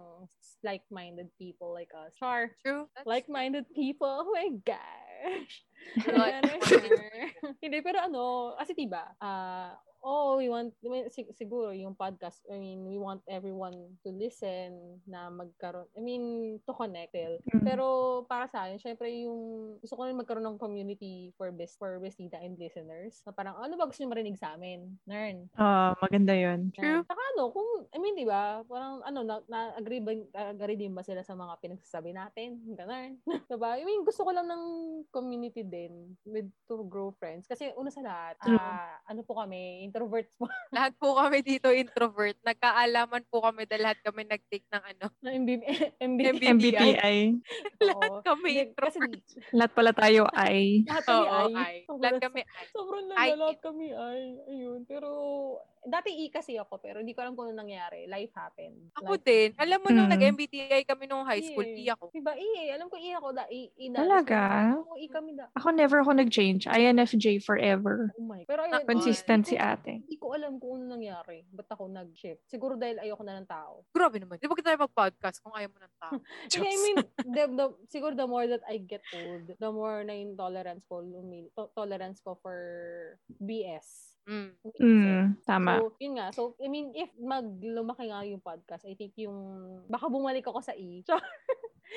Speaker 4: like-minded people like us. Char,
Speaker 2: True. That's
Speaker 4: like-minded people. Oh my gosh. Ano
Speaker 2: Like-
Speaker 4: Hindi, pero ano, kasi diba, ah, oh, we want, I mean, sig- siguro yung podcast, I mean, we want everyone to listen na magkaroon, I mean, to connect. well.
Speaker 3: Mm.
Speaker 4: Pero para sa akin, syempre yung, gusto ko rin magkaroon ng community for best for bestida and listeners. Na parang, ano ba gusto nyo marinig sa amin? Nern.
Speaker 3: Ah, maganda yun.
Speaker 4: Yan.
Speaker 2: True.
Speaker 4: Saka ano, kung, I mean, di ba, parang ano, na- na-agree ba, agree din ba sila sa mga pinagsasabi natin? Ganun. diba? I mean, gusto ko lang ng community din with to grow friends. Kasi una sa lahat,
Speaker 3: True.
Speaker 4: ah, ano po kami, introverts po
Speaker 2: Lahat po kami dito introvert. Nagkaalaman po kami dahil lahat kami nag-take ng ano.
Speaker 4: na MB, MB,
Speaker 3: MBTI.
Speaker 2: Lahat kami
Speaker 4: Kasi
Speaker 2: introvert.
Speaker 3: Lahat pala tayo ay...
Speaker 4: lahat kami
Speaker 2: Oo,
Speaker 4: ay.
Speaker 2: ay.
Speaker 4: Sobrang-
Speaker 2: Lahat kami ay.
Speaker 4: Sobrang
Speaker 2: Ay.
Speaker 4: lala, lahat kami ay. Ayun. Pero, dati E kasi ako, pero hindi ko alam kung ano nangyari. Life happened.
Speaker 2: Ako
Speaker 4: Life
Speaker 2: din. Alam mo,
Speaker 4: Mm.
Speaker 2: nung
Speaker 3: Hmm.
Speaker 2: nag-MBTI kami nung high school,
Speaker 4: Yeah.
Speaker 2: di ako.
Speaker 4: Diba, E, alam ko E ako. Da, e, e, da,
Speaker 3: Talaga?
Speaker 4: Oo, E kami da.
Speaker 3: Ako never ako nag-change. INFJ forever.
Speaker 4: Oh my. Pero ayun,
Speaker 3: Consistent si
Speaker 4: hindi ko-
Speaker 3: ate.
Speaker 4: Hindi ko alam kung ano nangyari. Ba't ako nag-shift? Siguro dahil ayoko na ng tao.
Speaker 2: Grabe naman. Di ba kita tayo mag-podcast kung ayaw mo ng tao?
Speaker 4: Kasi I
Speaker 2: Diyos.
Speaker 4: mean, the, the, siguro the more that I get old, the more na yung tolerance ko, lumi, to- tolerance ko for BS.
Speaker 2: Mm.
Speaker 3: Mm, tama.
Speaker 4: So, yun nga. So, I mean, if maglumaki nga yung podcast, I think yung, baka bumalik ako sa E. So,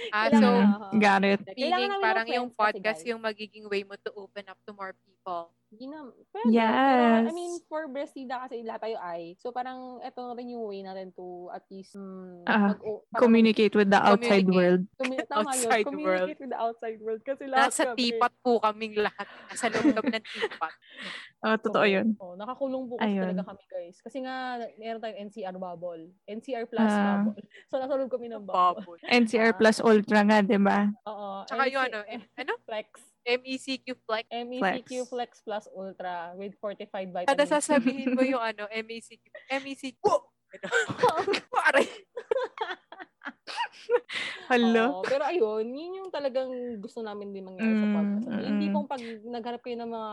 Speaker 2: Ah,
Speaker 4: Kailangan
Speaker 2: so,
Speaker 3: Mm,
Speaker 4: na-
Speaker 3: got it.
Speaker 4: Kailangan
Speaker 2: meaning
Speaker 4: namin ng
Speaker 2: parang yung
Speaker 4: friends kasi,
Speaker 2: podcast
Speaker 4: guys.
Speaker 2: yung magiging way mo to open up to more people.
Speaker 4: Hindi na, pwede.
Speaker 3: Yes.
Speaker 4: Pero, I mean, for breastfeed na kasi lahat tayo ay. So, parang ito rin yung way natin to at least mm,
Speaker 3: Ah,
Speaker 4: mag-o- parang-
Speaker 3: Communicate with the outside
Speaker 2: Communicate.
Speaker 3: world.
Speaker 4: Tumi- tama
Speaker 2: Outside
Speaker 4: yun. Communicate with the outside world. Kasi lahat
Speaker 2: Nasa
Speaker 4: kami-
Speaker 2: tipat po kaming lahat. Nasa loob kami ng tipat.
Speaker 3: Oh, totoo
Speaker 4: Oo.
Speaker 3: yun.
Speaker 4: Oo, nakakulong po kasi
Speaker 3: Ayun.
Speaker 4: talaga kami, guys. Kasi nga, meron tayong NCR bubble. NCR plus
Speaker 3: Ah.
Speaker 4: bubble. So, nasa loob kami ng bubble.
Speaker 2: Baboy.
Speaker 3: NCR
Speaker 4: Ah.
Speaker 3: plus ultra nga, di ba?
Speaker 4: Oo.
Speaker 2: Tsaka
Speaker 4: NC
Speaker 2: yung ano,
Speaker 3: eh,
Speaker 2: M- ano?
Speaker 4: Flex.
Speaker 2: MECQ flex.
Speaker 4: MECQ Flex Plus Ultra with fortified vitamins.
Speaker 2: Kada sasabihin mo yung ano, MECQ. MECQ. Whoa! Aray!
Speaker 3: Hello?
Speaker 4: Oo, pero ayun, yun yung talagang gusto namin din mangyari sa
Speaker 3: Mm,
Speaker 4: podcast. Hindi- Hindi
Speaker 3: mm.
Speaker 4: kung pag nagharap kayo ng mga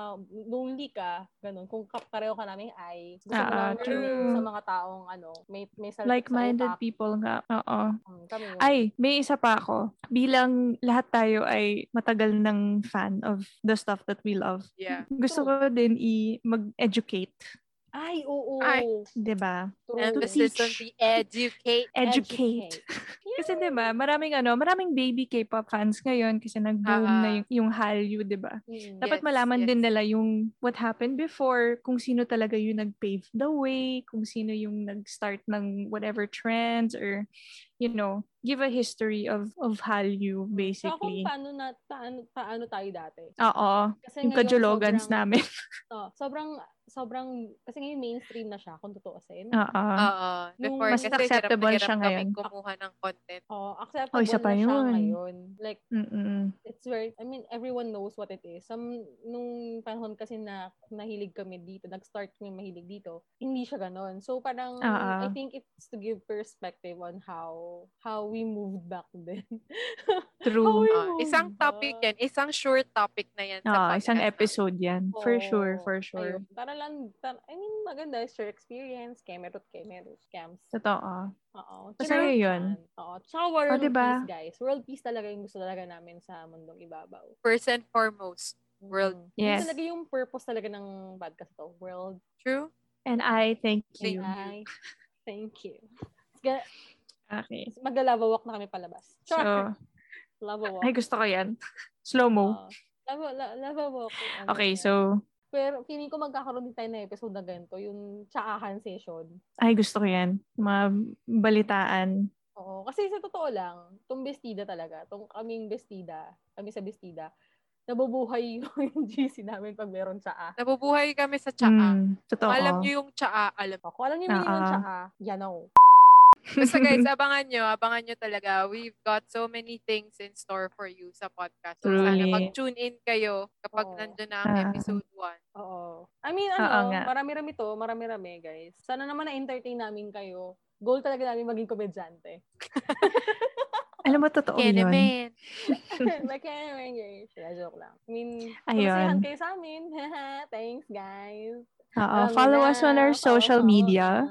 Speaker 4: lonely ka, ganun, kung kapareho ka namin ay, gusto mo
Speaker 3: Ah,
Speaker 4: lang
Speaker 3: true.
Speaker 4: makinig sa mga taong ano, may, may sal-
Speaker 3: Like-minded
Speaker 4: salita.
Speaker 3: people nga. Oo.
Speaker 4: Mm, Kami yun.
Speaker 3: Ay, may isa pa ako. Bilang lahat tayo ay matagal ng fan of the stuff that we love.
Speaker 2: Yeah.
Speaker 3: Gusto ko din i mag-educate,
Speaker 4: Ay, oo.
Speaker 2: Ay.
Speaker 3: 'di ba?
Speaker 4: True.
Speaker 2: Emphasis on the educate.
Speaker 3: Educate. Kasi 'di ba, maraming ano, maraming baby K-pop fans ngayon kasi nag-boom
Speaker 2: Ah, ah.
Speaker 3: na yung, yung Hallyu, 'di ba?
Speaker 4: Mm.
Speaker 3: Dapat
Speaker 2: Yes,
Speaker 3: malaman
Speaker 2: yes.
Speaker 3: din nila yung what happened before, kung sino talaga yung nag-pave the way, kung sino yung nag-start ng whatever trends or you know, give a history of of Hallyu
Speaker 4: Tsaka kung
Speaker 3: basically.
Speaker 4: paano, na, paano, paano tayo dati.
Speaker 3: Oo,
Speaker 4: Kasi ngayon,
Speaker 3: yung kajologans
Speaker 4: sobrang-
Speaker 3: namin.
Speaker 4: Oo, sobrang, sobrang, kasi ngayon mainstream na siya, kung tutuusin.
Speaker 3: Oo.
Speaker 2: Oo.
Speaker 4: Nung
Speaker 2: Before,
Speaker 4: mas
Speaker 2: kasi hirap na
Speaker 3: acceptable
Speaker 2: hirap
Speaker 3: siya
Speaker 2: kaming
Speaker 3: ngayon.
Speaker 2: kumuha ng content.
Speaker 4: Oh,
Speaker 3: Oh,
Speaker 4: acceptable
Speaker 3: isa pa
Speaker 4: na siya
Speaker 3: yun.
Speaker 4: ngayon. Like,
Speaker 3: Mm-mm.
Speaker 4: it's very, I mean, everyone knows what it is. Some, nung panahon kasi na nahilig kami dito, nag-start kami mahilig dito, hindi siya ganon. So, parang,
Speaker 3: Ah, ah.
Speaker 4: I think it's to give perspective on how how we moved back then.
Speaker 3: True.
Speaker 4: Uy,
Speaker 2: Ah, isang topic
Speaker 4: God.
Speaker 2: yan. Isang sure topic na yan. sa
Speaker 3: Ah,
Speaker 2: podcast
Speaker 3: isang
Speaker 2: Oh,
Speaker 3: episode yan. For
Speaker 4: Oo.
Speaker 3: sure, for sure.
Speaker 4: Ayun, para lang, tar- I mean, maganda, share experience, kemerot, kemerot, scams.
Speaker 3: Totoo.
Speaker 4: Oo.
Speaker 3: Masaya
Speaker 4: Charot
Speaker 3: yun.
Speaker 4: yan. Oo. Tsaka world
Speaker 3: O, diba?
Speaker 4: peace, guys. World peace talaga yung gusto talaga namin sa mundong ibabaw.
Speaker 2: natin. First and foremost. World
Speaker 4: Mm.
Speaker 3: Yes.
Speaker 4: Yun talaga yung purpose talaga ng podcast to. World
Speaker 2: True?
Speaker 3: And I thank
Speaker 2: Thank you.
Speaker 3: you.
Speaker 4: peace. Thank you. Ga-
Speaker 3: Okay.
Speaker 4: Maglalawawak na kami palabas. Char!
Speaker 3: So,
Speaker 4: Lawawalk.
Speaker 3: ay gusto ko yan. Slow-mo.
Speaker 4: Oo. Lawa- la- Lawawalk. Ano
Speaker 2: Oh,
Speaker 3: Okay,
Speaker 4: yan.
Speaker 3: so,
Speaker 4: Pero feeling ko magkakaroon din tayo na episode na ganito. Yung tsaahan session.
Speaker 3: ay gusto ko yan. Mabalitaan.
Speaker 4: Oo. Kasi sa totoo lang, itong bestida talaga, itong kaming bestida, kami sa bestida, nabubuhay yung GC namin pag meron ah. tsaa.
Speaker 2: Nabubuhay kami sa tsaa.
Speaker 3: Mm, totoo.
Speaker 2: Kung alam nyo yung tsaa, alam.
Speaker 4: Ako, alam niyo yung meaning ng
Speaker 3: Oo.
Speaker 4: tsaa? Yan oh. ako.
Speaker 2: Basta guys, abangan nyo. Abangan nyo talaga. We've got so many things in store for you sa podcast. So,
Speaker 3: True.
Speaker 2: sana mag-tune in kayo kapag
Speaker 4: Oo.
Speaker 2: nandun na ang
Speaker 3: Ah.
Speaker 2: episode 1.
Speaker 4: Oo. I mean,
Speaker 3: Oo
Speaker 4: ano,
Speaker 3: Ah, nga.
Speaker 4: marami-rami to, marami-rami, guys. Sana naman na-entertain namin kayo. Goal talaga namin maging komedyante.
Speaker 3: Alam mo, totoo yun.
Speaker 2: Kenemen.
Speaker 4: like, anyway, guys. Sila, joke lang. I mean,
Speaker 3: Ayun.
Speaker 4: kumasihan kayo sa amin. Thanks, guys.
Speaker 3: Oo,
Speaker 4: Alam
Speaker 3: Oh, follow
Speaker 4: na,
Speaker 3: us on our
Speaker 4: follow,
Speaker 3: social
Speaker 4: follow.
Speaker 3: media.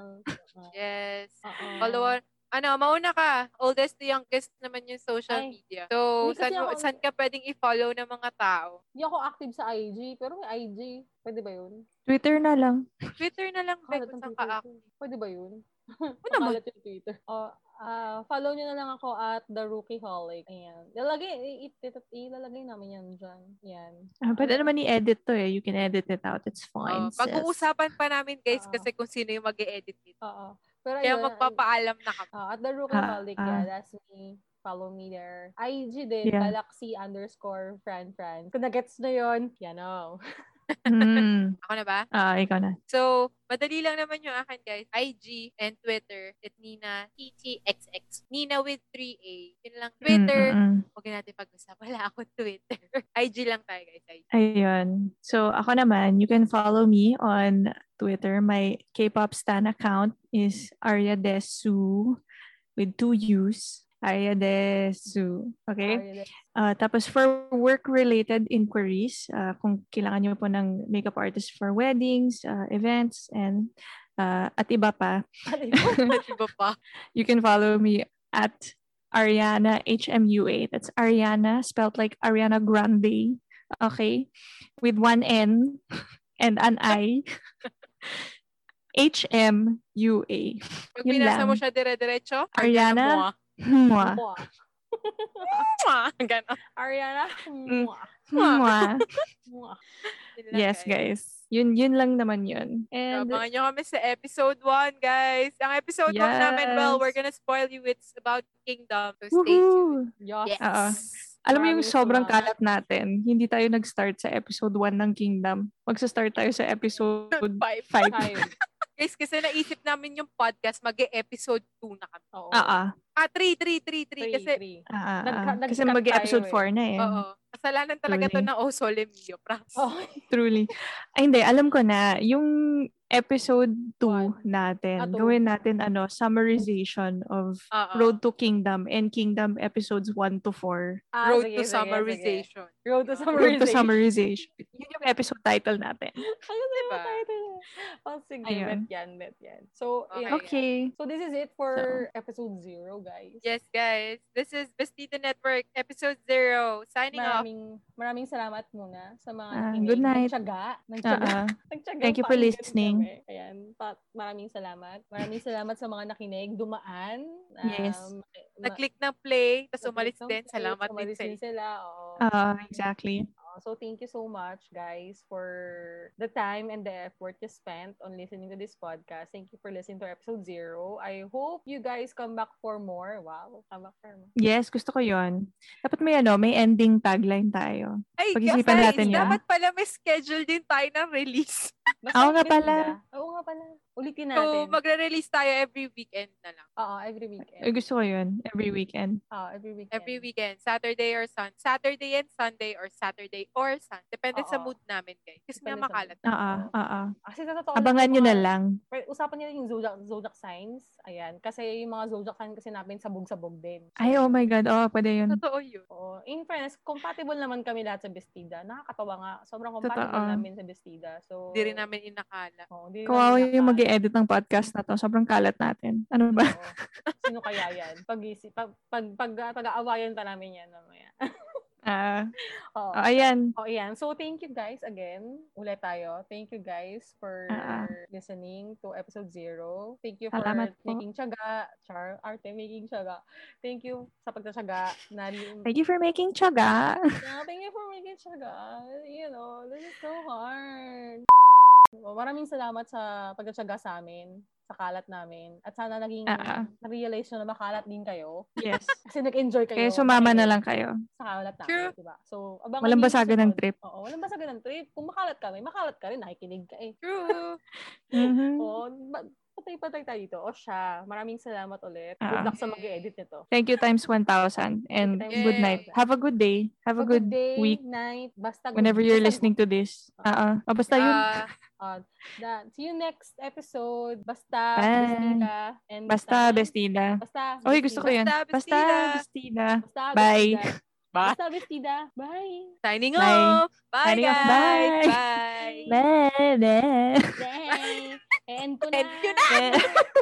Speaker 2: Yes.
Speaker 4: Oo.
Speaker 2: Follow on. Ano, mauna ka. Oldest to youngest naman yung social
Speaker 4: Ay.
Speaker 2: media. So,
Speaker 4: Hindi kasi
Speaker 2: saan, mo-
Speaker 4: ako-
Speaker 2: saan ka pwedeng i-follow ng mga tao?
Speaker 4: Hindi ako active sa IG, pero may IG. Pwede ba yun?
Speaker 3: Twitter na lang.
Speaker 2: Twitter na lang, Bek,
Speaker 4: Kakalat
Speaker 2: kung
Speaker 4: ng
Speaker 2: saan
Speaker 4: Ah, Twitter
Speaker 2: ka
Speaker 4: ko. Pwede ba yun?
Speaker 2: naman?
Speaker 4: Kakalat yung Twitter. Oh, ah, follow nyo na lang ako at The Rookie Holic. Ayan. Lalagay, i- i- i- ilalagay namin yan dyan. Yan.
Speaker 3: Ah, but ano man i-edit to eh. You can edit it out. It's
Speaker 2: Oh,
Speaker 3: fine. sis.
Speaker 2: pag-uusapan pa namin, guys,
Speaker 4: Oo.
Speaker 2: kasi kung sino yung mag edit nito.
Speaker 4: Oo. Pero
Speaker 2: Kaya
Speaker 4: ayun,
Speaker 2: magpapaalam na kami.
Speaker 4: ah, at The Rookie
Speaker 3: Ah,
Speaker 4: Holic,
Speaker 3: ah.
Speaker 4: yeah, that's me. Follow me there. IG din,
Speaker 3: Yeah.
Speaker 4: galaxy underscore fran fran. Kung nagets na yun, yan o.
Speaker 3: Mm.
Speaker 2: Ako na ba?
Speaker 3: Ah, ikaw na.
Speaker 2: So, madali lang naman yung akin, guys. IG and Twitter. It's Nina TTXX. Nina with 3A. Yun lang. Twitter.
Speaker 3: Mm-mm.
Speaker 2: Huwag na natin pag-usapan. Wala akong Twitter. IG lang tayo, guys. IG.
Speaker 3: Ayun. So, ako naman, you can follow me on Twitter. My K-pop stan account is Arya Desu with two U's. Arya Desu. Okay? Uh, tapos for work-related inquiries, uh, kung kailangan nyo po ng makeup artist for weddings, uh, events, and uh, at iba pa,
Speaker 2: At iba pa.
Speaker 3: you can follow me at Ariana HMUA. That's Ariana spelled like Ariana Grande. Okay. With one N and an I. HMUA.
Speaker 2: Pag
Speaker 3: Yun
Speaker 2: binasa mo
Speaker 3: lang.
Speaker 2: siya dire-diretso,
Speaker 3: Ariana?
Speaker 2: Mua.
Speaker 3: Mwah.
Speaker 2: Mua. Ganon.
Speaker 4: Ariana,
Speaker 3: Mm.
Speaker 4: mwah,
Speaker 3: Mwah.
Speaker 4: mwah.
Speaker 2: Yun lang,
Speaker 3: Yes, guys. Yun, yun lang naman yun.
Speaker 2: So,
Speaker 3: And
Speaker 2: abangan nyo kami sa episode 1, guys. Ang episode 1 namin, well,
Speaker 3: Yes.
Speaker 2: we're gonna spoil you. It's about Kingdom. So, stay tuned.
Speaker 3: woohoo!
Speaker 4: Yes.
Speaker 2: Yes.
Speaker 3: Oo.
Speaker 2: Um,
Speaker 3: Alam mo yung
Speaker 4: Maraming
Speaker 3: sobrang
Speaker 4: salamat.
Speaker 3: kalat natin. Hindi tayo nag-start sa episode 1 ng Kingdom. Magsa-start tayo sa episode 5.
Speaker 2: Bye.
Speaker 4: Five.
Speaker 2: Guys, kasi naisip namin yung podcast, mag-episode 2 na kami.
Speaker 4: Oo.
Speaker 3: Ah, ah.
Speaker 2: Ah, 3, 3, 3, 3.
Speaker 4: Three,
Speaker 2: Kasi,
Speaker 4: three.
Speaker 3: Ah, ah,
Speaker 4: Nagka-
Speaker 3: ah. Kasi
Speaker 4: nagka-tayo
Speaker 3: mag-episode
Speaker 4: eh.
Speaker 3: 4 na eh.
Speaker 2: oo. Kasalanan talaga to
Speaker 3: Truly.
Speaker 2: ng Osole Mio. Props.
Speaker 4: Oh,
Speaker 3: Truly. Ay, hindi. Alam ko na. Yung episode 2 natin,
Speaker 4: Ah, two. Ah.
Speaker 3: gawin natin ano, summarization of
Speaker 2: Oo.
Speaker 3: Road to Kingdom and Kingdom episodes 1 to 4.
Speaker 4: ah,
Speaker 2: Road
Speaker 4: sige,
Speaker 2: to
Speaker 4: sige, sige.
Speaker 2: Summarization.
Speaker 4: Road to
Speaker 2: Road to
Speaker 3: Road
Speaker 4: summarization.
Speaker 3: to summarization. Yun yung episode title natin.
Speaker 4: Ano na yung
Speaker 2: Diba?
Speaker 4: title? Oh, sige,
Speaker 3: Ayun.
Speaker 4: bet yan, bet yan. So,
Speaker 2: Okay.
Speaker 4: yun.
Speaker 3: Okay.
Speaker 4: So, this is it for episode zero, guys.
Speaker 2: Yes, guys. This is Bestida Network, episode 0. Signing off.
Speaker 4: Maraming, maraming salamat muna sa mga
Speaker 3: Ah,
Speaker 4: nakinig.
Speaker 3: good night.
Speaker 4: Nagtsaga. Nagtsaga.
Speaker 3: Ah, ah.
Speaker 4: Nagtsagang
Speaker 3: Thank you for
Speaker 4: pakinggan
Speaker 3: listening.
Speaker 4: kami. Ayan. Pa- maraming salamat. Maraming salamat sa mga nakinig. Dumaan.
Speaker 3: Yes.
Speaker 4: Um, ma-
Speaker 2: Nag-click ng play, tapos
Speaker 4: na-click
Speaker 2: umalis
Speaker 4: ng
Speaker 2: din.
Speaker 4: play,
Speaker 2: Salamat din
Speaker 4: umalis
Speaker 2: sa inyo.
Speaker 4: sila. Oo.
Speaker 3: Ah, exactly.
Speaker 4: Oo. Ah, So, thank you so much, guys, for the time and the effort you spent on listening to this podcast. Thank you for listening to episode zero. I hope you guys come back for more. Wow, come back for more.
Speaker 3: Yes, gusto ko yon. Dapat may ano, may ending tagline tayo.
Speaker 2: Ay,
Speaker 3: Pag-isipan
Speaker 2: guys,
Speaker 3: natin
Speaker 4: yun.
Speaker 2: dapat pala may schedule din tayo ng release.
Speaker 4: Basta
Speaker 3: Oo nga
Speaker 4: ulitin
Speaker 3: pala.
Speaker 4: nila. Oo nga pala. Ulitin
Speaker 2: So,
Speaker 4: natin.
Speaker 2: magre-release tayo every weekend na lang.
Speaker 4: Oo, every weekend.
Speaker 3: Eh, gusto ko yun. Every weekend.
Speaker 4: Oo, every weekend.
Speaker 2: Every weekend, Saturday or Sun. Saturday and Sunday or Saturday or Sun. Depende sa
Speaker 4: Oo.
Speaker 2: mood namin, guys. Kasi nga
Speaker 4: Depende sa
Speaker 2: makalat.
Speaker 3: Oo,
Speaker 4: Oo.
Speaker 3: oo.
Speaker 4: Kasi sa totoo lang,
Speaker 3: ah, Abangan
Speaker 4: yung
Speaker 3: nyo na
Speaker 4: mga-
Speaker 3: lang.
Speaker 4: Pero usapan nila yung zodiac, zodiac signs. Ayan. Kasi yung mga zodiac signs kasi namin sabog-sabog din. So,
Speaker 3: Ay, oh my God. Oo, pwede yun.
Speaker 2: Totoo yun.
Speaker 4: Oo. In fairness, compatible naman kami lahat sa Bestida. Nakakatawa nga. Sobrang compatible
Speaker 3: Totoo.
Speaker 4: namin sa Bestida. So,
Speaker 2: Hindi rin namin inakala.
Speaker 4: Oo, hindi rin
Speaker 3: Kawawa
Speaker 4: namin
Speaker 3: yung mag
Speaker 4: nakaka-
Speaker 3: edit ng podcast na to. Sobrang kalat natin. Ano ba?
Speaker 4: Oo. Sino kaya yan? Pag, isi- pag, pag, pag, ah, pag-aawayan pa namin yan mamaya.
Speaker 3: Ah,
Speaker 4: Oo.
Speaker 3: oh, ayan.
Speaker 4: Oh, ayan. So, thank you guys again. Ulit tayo. Thank you guys for
Speaker 3: Ah, ah.
Speaker 4: listening to episode zero. Thank you for
Speaker 3: Salamat po.
Speaker 4: making tiyaga. Char, arte making tiyaga. Thank you sa pagtatsaga. Na,
Speaker 3: Thank you for making tiyaga.
Speaker 4: Yeah, thank you for making tiyaga. You know, this is so hard. Well, Maraming salamat sa pagtatsaga sa amin sa kalat namin. At sana naging
Speaker 3: Ah, ah.
Speaker 4: na-realize nyo na makalat din kayo.
Speaker 3: Yes.
Speaker 4: Kasi nag-enjoy kayo.
Speaker 3: Kaya sumama na
Speaker 4: Kayo
Speaker 3: lang kayo.
Speaker 4: Sa kalat namin,
Speaker 2: True.
Speaker 4: diba? So, abangan
Speaker 3: Walang
Speaker 4: nyo yung
Speaker 3: basagan ng
Speaker 4: susunod.
Speaker 3: trip.
Speaker 4: Oo, walang basagan ng trip. Kung makalat kami, makalat ka rin, nakikinig ka eh.
Speaker 2: True.
Speaker 3: Mhm.
Speaker 4: O, ba- patay-patay tayo dito. O siya, maraming salamat ulit. Good
Speaker 3: Ah.
Speaker 4: luck sa mag-edit nito.
Speaker 3: Thank you times 1,000 and
Speaker 4: Thank
Speaker 2: you times
Speaker 3: good night.
Speaker 4: 1,000.
Speaker 3: Have a good day. Have a good
Speaker 4: day,
Speaker 3: week.
Speaker 4: night, basta good-
Speaker 3: whenever you're
Speaker 4: basta-
Speaker 3: listening to this. Ah, ah. Ah, basta yun.
Speaker 2: Ah,
Speaker 4: Ah, da- see you next episode. Basta,
Speaker 3: Bye.
Speaker 4: bestida. And uh,
Speaker 3: Basta, bestida.
Speaker 4: Basta,
Speaker 3: Oy, gusto ko
Speaker 4: bestida.
Speaker 3: yun.
Speaker 2: Basta,
Speaker 3: Basta,
Speaker 2: bestida.
Speaker 3: bestida.
Speaker 4: Basta,
Speaker 3: Bye.
Speaker 4: bestida.
Speaker 2: Bye.
Speaker 4: Basta, bestida. Bye.
Speaker 2: signing
Speaker 3: Bye.
Speaker 2: off. Bye,
Speaker 3: Signing off.
Speaker 2: guys.
Speaker 3: Bye.
Speaker 2: Bye.
Speaker 3: Bye. Bye.
Speaker 4: Bye. And ko
Speaker 2: End ko
Speaker 4: na.